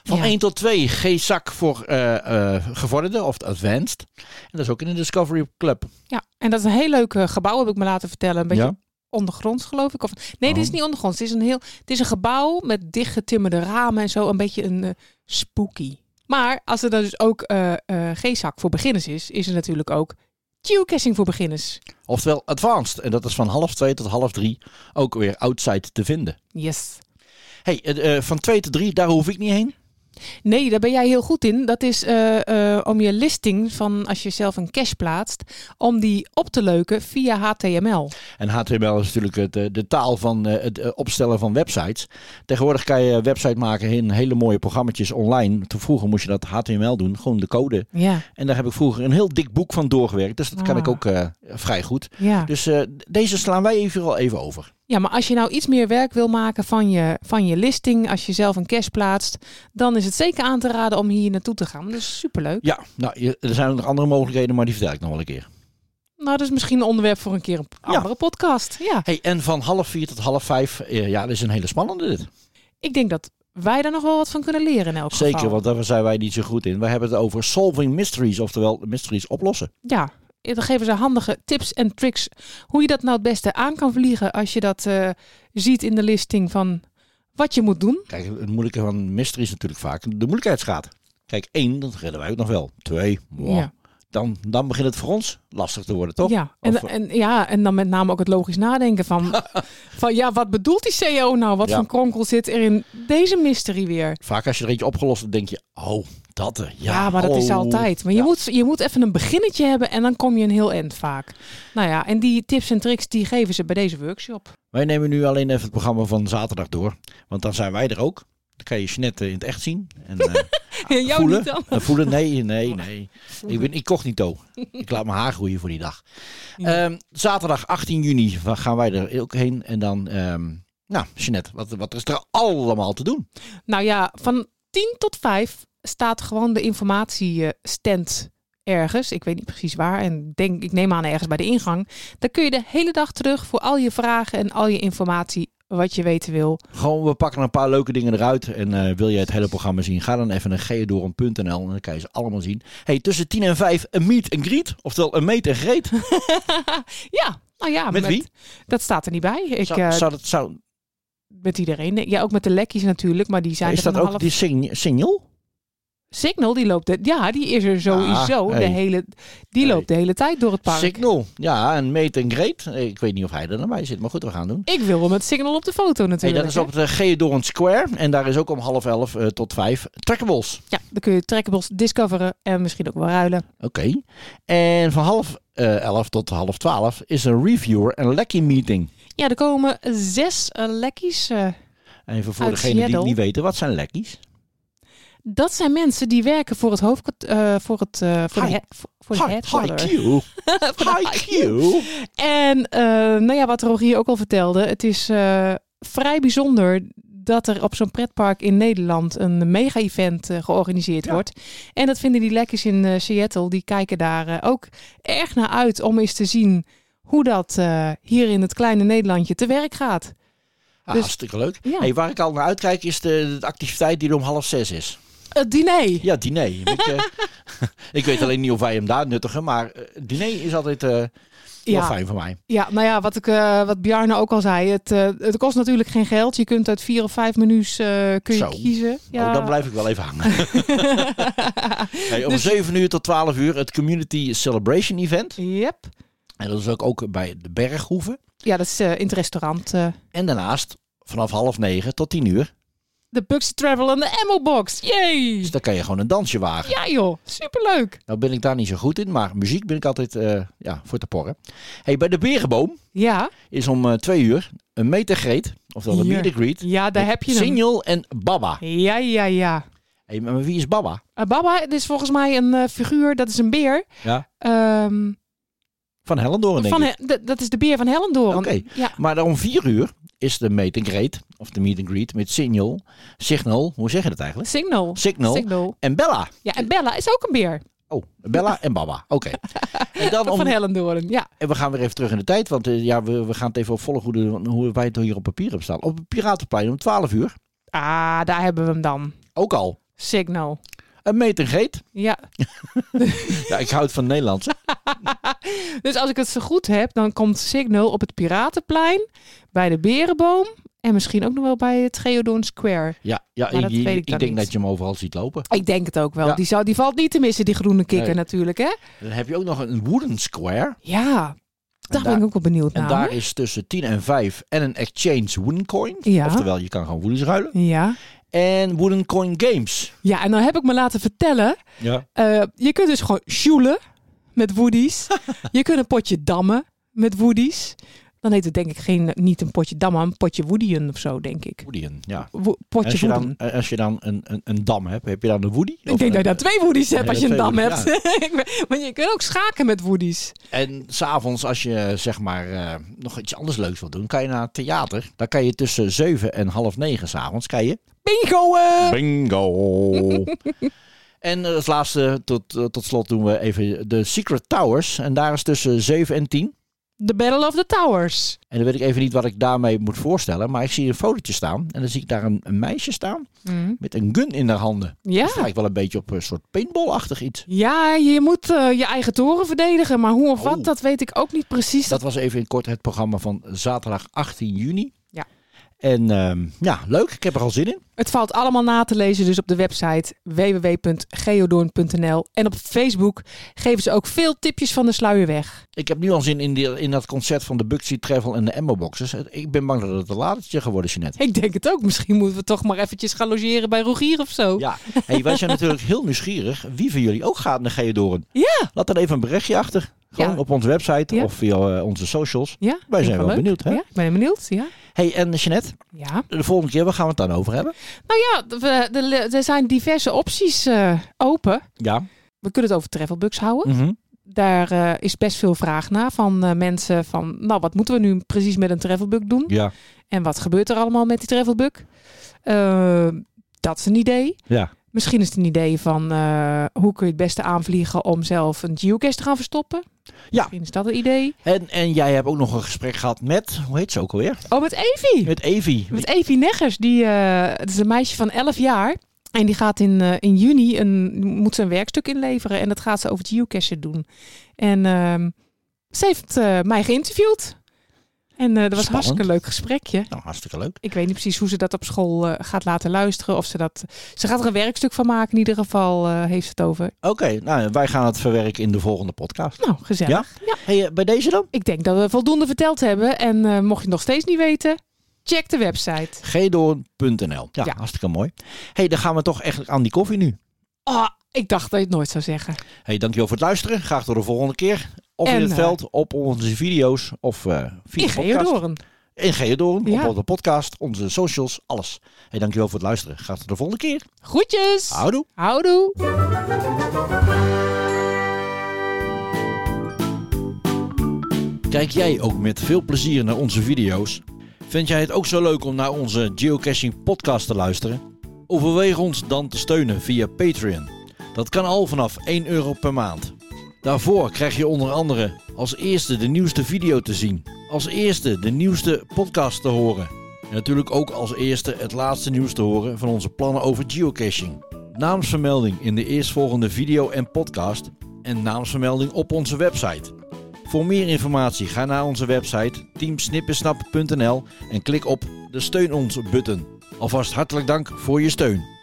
Speaker 1: Van
Speaker 2: Ja.
Speaker 1: 1 tot 2, G-zak voor eh eh gevorderden of advanced. En dat is ook in de Discovery Club.
Speaker 2: Ja, en dat is een heel leuk eh, gebouw, heb ik me laten vertellen. Een beetje
Speaker 1: Ja.
Speaker 2: ondergronds, geloof ik. Of, nee, dit is
Speaker 1: Oh.
Speaker 2: niet ondergronds. Het is een, heel, het is een gebouw met dichtgetimmerde ramen en zo. Een beetje een eh, spooky. Maar als er dan dus ook eh eh, G-zak voor beginners is, is er natuurlijk ook geocaching voor beginners.
Speaker 1: Oftewel advanced. En dat is van half 2 tot half 3 ook weer outside te vinden.
Speaker 2: Yes.
Speaker 1: hey, eh, eh, van 2 tot 3, daar hoef ik niet heen.
Speaker 2: Nee, daar ben jij heel goed in. Dat is eh, eh, om je listing van als je zelf een cache plaatst, om die op te leuken via HTML.
Speaker 1: En HTML is natuurlijk het, eh, de taal van eh, het eh, opstellen van websites. Tegenwoordig kan je een website maken in hele mooie programma's online. Toen vroeger moest je dat HTML doen, gewoon de code.
Speaker 2: Ja,
Speaker 1: En daar heb ik vroeger een heel dik boek van doorgewerkt. Dus dat kan
Speaker 2: Ah.
Speaker 1: ik ook eh, vrij goed.
Speaker 2: ja.
Speaker 1: Dus eh, deze slaan wij even, al even over.
Speaker 2: ja, maar als je nou iets meer werk wil maken van je, van je listing, als je zelf een cache plaatst, dan is het zeker aan te raden om hier naartoe te gaan. Dat is superleuk.
Speaker 1: Ja, nou, je- er zijn ook nog andere mogelijkheden, maar die vertel ik nog wel een keer.
Speaker 2: Nou, dat is misschien een onderwerp voor een keer een andere podcast. Ja,
Speaker 1: Hey, en van half vier tot half vijf, eh, ja, dat is een hele spannende dit.
Speaker 2: ik denk dat wij daar nog wel wat van kunnen leren in elk geval.
Speaker 1: Zeker, want daar zijn wij niet zo goed in. We hebben het over solving mysteries, oftewel mysteries oplossen.
Speaker 2: Ja, dan geven ze handige tips en tricks hoe je dat nou het beste aan kan vliegen als je dat eh, ziet in de listing van wat je moet doen.
Speaker 1: Kijk, het moeilijke van mysteries natuurlijk vaak de moeilijkheidsgraad. Kijk, één, dat redden wij ook nog wel. Twee, wow.
Speaker 2: Ja.
Speaker 1: dan, dan begint het voor ons lastig te worden, toch?
Speaker 2: Ja. En,
Speaker 1: Of- eh,
Speaker 2: en, ja, en dan met name ook het logisch nadenken van, van ja, wat bedoelt die CEO nou? Wat
Speaker 1: Ja.
Speaker 2: voor kronkel zit er in deze mystery weer?
Speaker 1: Vaak als je er eentje opgelost hebt, denk je, oh, dat er. Ja,
Speaker 2: Ja, maar dat is
Speaker 1: oh.
Speaker 2: altijd. Maar je,
Speaker 1: Ja.
Speaker 2: moet, je moet even een beginnetje hebben en dan kom je een heel eind vaak. Nou ja, en die tips en tricks die geven ze bij deze workshop.
Speaker 1: Wij nemen nu alleen even het programma van zaterdag door. Want dan zijn wij er ook. Dan kan je Jeanette eh, in het echt zien. En, eh,
Speaker 2: Jou
Speaker 1: voelen.
Speaker 2: niet dan?
Speaker 1: En voelen, nee, nee, nee. Ik ben incognito. Ik laat mijn haar groeien voor die dag.
Speaker 2: Ja.
Speaker 1: Ehm, zaterdag 18 juni wa- gaan wij er ook heen. En dan, ehm, nou, Jeanette, wat, wat is er allemaal te doen?
Speaker 2: Nou ja, van 10 tot 5 staat gewoon de informatiestand ergens. Ik weet niet precies waar. En denk, ik neem aan ergens bij de ingang. Daar kun je de hele dag terug voor al je vragen en al je informatie wat je weten wil.
Speaker 1: Gewoon, we pakken een paar leuke dingen eruit. En eh, wil je het hele programma zien, ga dan even naar geodoren.nl en dan kan je ze allemaal zien. hey, tussen 10 en 5 een meet en greet. Oftewel een meet en greet.
Speaker 2: Ja, nou ja.
Speaker 1: Met wie?
Speaker 2: Dat staat er niet bij. Ik,
Speaker 1: zou,
Speaker 2: eh,
Speaker 1: zou dat, zou,
Speaker 2: met iedereen. Ja, ook met de lekkies natuurlijk. Maar die zijn
Speaker 1: is
Speaker 2: er van
Speaker 1: dat ook
Speaker 2: half...
Speaker 1: die sing- single?
Speaker 2: Signal, die loopt... De... Ja, die is er sowieso.
Speaker 1: Ah, hey.
Speaker 2: de hele... Die
Speaker 1: Hey.
Speaker 2: loopt de hele tijd door het park.
Speaker 1: Signal, ja, een meet en greet. Ik weet niet of hij er dan bij zit, maar goed, we gaan doen.
Speaker 2: Ik wil wel met Signal op de foto
Speaker 1: Hey,
Speaker 2: natuurlijk.
Speaker 1: dat is
Speaker 2: hè?
Speaker 1: op het eh, Geodorn Square. En daar is ook om half elf eh, tot vijf trackables.
Speaker 2: Ja, dan kun je trackables discoveren en misschien ook wel ruilen.
Speaker 1: Oké. En van half eh, elf tot half twaalf is een reviewer en lekkie meeting.
Speaker 2: Ja, er komen zes eh, lekkies. eh.
Speaker 1: Even voor
Speaker 2: Uit
Speaker 1: degenen die het
Speaker 2: Seattle.
Speaker 1: niet weten, wat zijn lekkies?
Speaker 2: dat zijn mensen die werken voor het hoofdkant, eh, voor het, eh, voor de,
Speaker 1: Hi.
Speaker 2: he- voor- voor de headquarter.
Speaker 1: High Q.
Speaker 2: Voor de
Speaker 1: High Q.
Speaker 2: En eh, nou ja, wat Rogier ook al vertelde, het is eh, vrij bijzonder dat er op zo'n pretpark in Nederland een mega-event eh, georganiseerd
Speaker 1: Ja.
Speaker 2: wordt. En dat vinden die lekkies in eh, Seattle, die kijken daar eh, ook erg naar uit om eens te zien hoe dat eh, hier in het kleine Nederlandje te werk gaat.
Speaker 1: Ah,
Speaker 2: Dus-
Speaker 1: hartstikke leuk.
Speaker 2: Ja.
Speaker 1: Hey, waar ik al naar uitkijk is de, de activiteit die er om half zes is.
Speaker 2: Het diner.
Speaker 1: Ja, diner. ik, eh, ik weet alleen niet of wij hem daar nuttigen, maar eh, diner is altijd eh, wel
Speaker 2: Ja.
Speaker 1: fijn voor mij.
Speaker 2: Ja, nou ja, wat, ik, eh, wat Bjarne ook al zei. Het, eh, het kost natuurlijk geen geld. Je kunt uit vier of vijf menus eh, kun je
Speaker 1: Zo.
Speaker 2: kiezen. Ja.
Speaker 1: Oh, dan blijf ik wel even hangen. Hey, om
Speaker 2: Dus-
Speaker 1: 7 uur tot 12 uur het Community Celebration Event.
Speaker 2: Yep.
Speaker 1: En dat is ook, ook bij de Berghoeven.
Speaker 2: Ja, dat is eh, in het restaurant. eh,
Speaker 1: En daarnaast vanaf half negen tot 10 uur.
Speaker 2: de Bugsy Travel en de Ammo Box. Yay!
Speaker 1: Dus dan kan je gewoon een dansje wagen.
Speaker 2: Ja joh, superleuk.
Speaker 1: Nou ben ik daar niet zo goed in, maar muziek ben ik altijd eh, ja, voor te porren. Hey, bij de Berenboom
Speaker 2: Ja, of
Speaker 1: is om eh, 2 uur een metergreet. Oftewel een
Speaker 2: Hier.
Speaker 1: meet and greet.
Speaker 2: ja daar
Speaker 1: met
Speaker 2: heb je hem.
Speaker 1: Signal en Baba.
Speaker 2: Ja, ja, ja.
Speaker 1: Hey, maar wie is Baba?
Speaker 2: Eh, Baba, dit is volgens mij een eh, figuur. Dat is een beer.
Speaker 1: Ja.
Speaker 2: Ehm,
Speaker 1: Van Hellendoorn denk
Speaker 2: van,
Speaker 1: ik.
Speaker 2: He- d- dat is de beer van Hellendoorn.
Speaker 1: Oké.
Speaker 2: Ja.
Speaker 1: Maar dan om 4 uur is de meet and greet. Of de meet and greet met Signal. Signal, hoe zeg je dat eigenlijk?
Speaker 2: Signal.
Speaker 1: Signal.
Speaker 2: Signal.
Speaker 1: En Bella.
Speaker 2: Ja, en Bella is ook een beer
Speaker 1: Oh, Bella en Baba. Oké. En dan om...
Speaker 2: van Hellendoorn. Ja.
Speaker 1: En we gaan weer even terug in de tijd, want eh, ja, we, we gaan het even opvolgen hoe, de, hoe wij het hier op papier hebben staan. Op het Piratenplein om 12 uur.
Speaker 2: Ah, daar hebben we hem dan.
Speaker 1: Ook al.
Speaker 2: Signal.
Speaker 1: Een meet en greet.
Speaker 2: Ja.
Speaker 1: Ja, ik houd van Nederlands.
Speaker 2: Dus als ik het zo goed heb, dan komt Signal op het Piratenplein, bij de Berenboom en misschien ook nog wel bij het Geodon Square.
Speaker 1: Ja, ja
Speaker 2: Maar dat
Speaker 1: je-
Speaker 2: weet ik
Speaker 1: ik
Speaker 2: dan
Speaker 1: denk
Speaker 2: niet.
Speaker 1: dat je hem overal ziet lopen.
Speaker 2: Ik denk het ook wel.
Speaker 1: Ja.
Speaker 2: Die, zou, die valt niet te missen, die groene kikker
Speaker 1: Nee.
Speaker 2: natuurlijk, hè?
Speaker 1: Dan heb je ook nog een Wooden Square.
Speaker 2: Ja. Daar ben
Speaker 1: daar-
Speaker 2: ik ook wel benieuwd
Speaker 1: En
Speaker 2: naar.
Speaker 1: daar is tussen 10 en 5 en een exchange Wooden Coin.
Speaker 2: Ja.
Speaker 1: Oftewel, je kan gewoon Woodens ruilen.
Speaker 2: Ja.
Speaker 1: en Wooden Coin Games.
Speaker 2: Ja, en dan heb ik me laten vertellen.
Speaker 1: Ja.
Speaker 2: eh, je kunt dus gewoon sjoelen met woodies. je kunt een potje dammen met woodies. Dan heet het denk ik geen, niet een potje dammen, maar een potje woodien of zo, denk ik.
Speaker 1: Woodien, ja.
Speaker 2: Wo- potje
Speaker 1: Als je,
Speaker 2: woodien.
Speaker 1: dan, als je dan een, een, een dam hebt, heb je dan een woody?
Speaker 2: Ik denk dat je daar twee woodies hebt
Speaker 1: Ja,
Speaker 2: als je een
Speaker 1: twee
Speaker 2: dam
Speaker 1: woodies,
Speaker 2: hebt. Ik ben- Want je kunt ook schaken met woodies.
Speaker 1: En s'avonds, als je zeg maar eh, nog iets anders leuks wil doen, kan je naar het theater. Dan kan je tussen 7 en half 9 s'avonds kan je
Speaker 2: Bingo! eh!
Speaker 1: Bingo. en als laatste, tot, eh, tot slot, doen we even de Secret Towers. En daar is tussen 7 en 10.
Speaker 2: The Battle of the Towers.
Speaker 1: En dan weet ik even niet wat ik daarmee moet voorstellen. Maar ik zie een fotootje staan. En dan zie ik daar een, een meisje staan met een gun in haar handen.
Speaker 2: Ja.
Speaker 1: Dat lijkt wel een beetje op een soort paintball-achtig iets.
Speaker 2: Ja, je moet eh, je eigen toren verdedigen. Maar hoe of wat,
Speaker 1: Oh.
Speaker 2: dat weet ik ook niet precies.
Speaker 1: Dat was even in kort het programma van zaterdag 18 juni.
Speaker 2: Ja.
Speaker 1: En ehm, ja, leuk. Ik heb er al zin in.
Speaker 2: Het valt allemaal na te lezen dus op de website www.geodoorn.nl. En op Facebook geven ze ook veel tipjes van de sluier weg.
Speaker 1: Ik heb nu al zin in, die, in dat concert van de Buxy Travel en de Emma Boxers. Ik ben bang dat het een latertje geworden is, net.
Speaker 2: Ik denk het ook. Misschien moeten we toch maar eventjes gaan logeren bij Rogier of zo.
Speaker 1: Ja, hey, wij zijn natuurlijk heel nieuwsgierig wie van jullie ook gaat naar Geodoren.
Speaker 2: Ja.
Speaker 1: Laat dan even een berichtje achter. Gewoon
Speaker 2: Ja.
Speaker 1: op onze website
Speaker 2: Ja.
Speaker 1: of via eh, onze socials.
Speaker 2: Ja,
Speaker 1: Wij zijn
Speaker 2: vind ik
Speaker 1: wel
Speaker 2: leuk.
Speaker 1: benieuwd, hè?
Speaker 2: Ja, ik ben benieuwd, ja.
Speaker 1: Hey, en Jeanette,
Speaker 2: Ja.
Speaker 1: de volgende keer, waar gaan we het dan over hebben?
Speaker 2: Nou ja, we- de- er zijn diverse opties eh, open.
Speaker 1: Ja.
Speaker 2: We kunnen het over travelbugs houden.
Speaker 1: Mhm.
Speaker 2: Daar eh, is best veel vraag naar van eh, mensen van... nou, wat moeten we nu precies met een travelbug doen?
Speaker 1: Ja.
Speaker 2: En wat gebeurt er allemaal met die travelbug? Eh, dat is een idee.
Speaker 1: Ja.
Speaker 2: Misschien is het een idee van eh, hoe kun je het beste aanvliegen om zelf een geocache te gaan verstoppen. Misschien is dat een idee.
Speaker 1: En, en jij hebt ook nog een gesprek gehad met, hoe heet ze ook alweer?
Speaker 2: Oh, met Evie.
Speaker 1: Met Evie.
Speaker 2: Met Evie Neggers. Die, eh, het is een meisje van 11 jaar. En die gaat in, eh, in juni een, moet ze een werkstuk inleveren. En dat gaat ze over geocachen doen. En ehm, ze heeft eh, mij geïnterviewd. En eh, dat was
Speaker 1: Spannend.
Speaker 2: een hartstikke leuk gesprekje.
Speaker 1: Nou, hartstikke leuk.
Speaker 2: Ik weet niet precies hoe ze dat op school eh, gaat laten luisteren. Of ze dat. Ze gaat er een werkstuk van maken. In ieder geval eh, heeft ze het over.
Speaker 1: Oké, nou, wij gaan het verwerken in de volgende podcast.
Speaker 2: Nou, gezellig.
Speaker 1: Ja? Hey, eh, bij deze dan?
Speaker 2: Ik denk dat we voldoende verteld hebben. En eh, mocht je het nog steeds niet weten, check de website.
Speaker 1: Gedoorn.nl. Ja,
Speaker 2: Ja.
Speaker 1: hartstikke mooi. hey, dan gaan we toch echt aan die koffie nu.
Speaker 2: Ah, ik dacht dat je het nooit zou zeggen.
Speaker 1: Hey, dankjewel voor het luisteren. Graag tot de volgende keer. Of
Speaker 2: En,
Speaker 1: in het
Speaker 2: eh,
Speaker 1: veld, op onze video's of eh via
Speaker 2: In
Speaker 1: de podcast.
Speaker 2: Geodoren.
Speaker 1: In Geodoren,
Speaker 2: Ja.
Speaker 1: op onze podcast, onze socials, alles. Hey, dankjewel voor het luisteren. Graag tot de volgende keer.
Speaker 2: Groetjes!
Speaker 1: Houdoe.
Speaker 2: Houdoe!
Speaker 1: Kijk jij ook met veel plezier naar onze video's? Vind jij het ook zo leuk om naar onze geocaching podcast te luisteren? Overweeg ons dan te steunen via Patreon. Dat kan al vanaf 1 euro per maand. Daarvoor krijg je onder andere als eerste de nieuwste video te zien, als eerste de nieuwste podcast te horen en natuurlijk ook als eerste het laatste nieuws te horen van onze plannen over geocaching. Naamsvermelding in de eerstvolgende video en podcast en naamsvermelding op onze website. Voor meer informatie ga naar onze website teamsnippensnap.nl en klik op de Steun ons button. Alvast hartelijk dank voor je steun.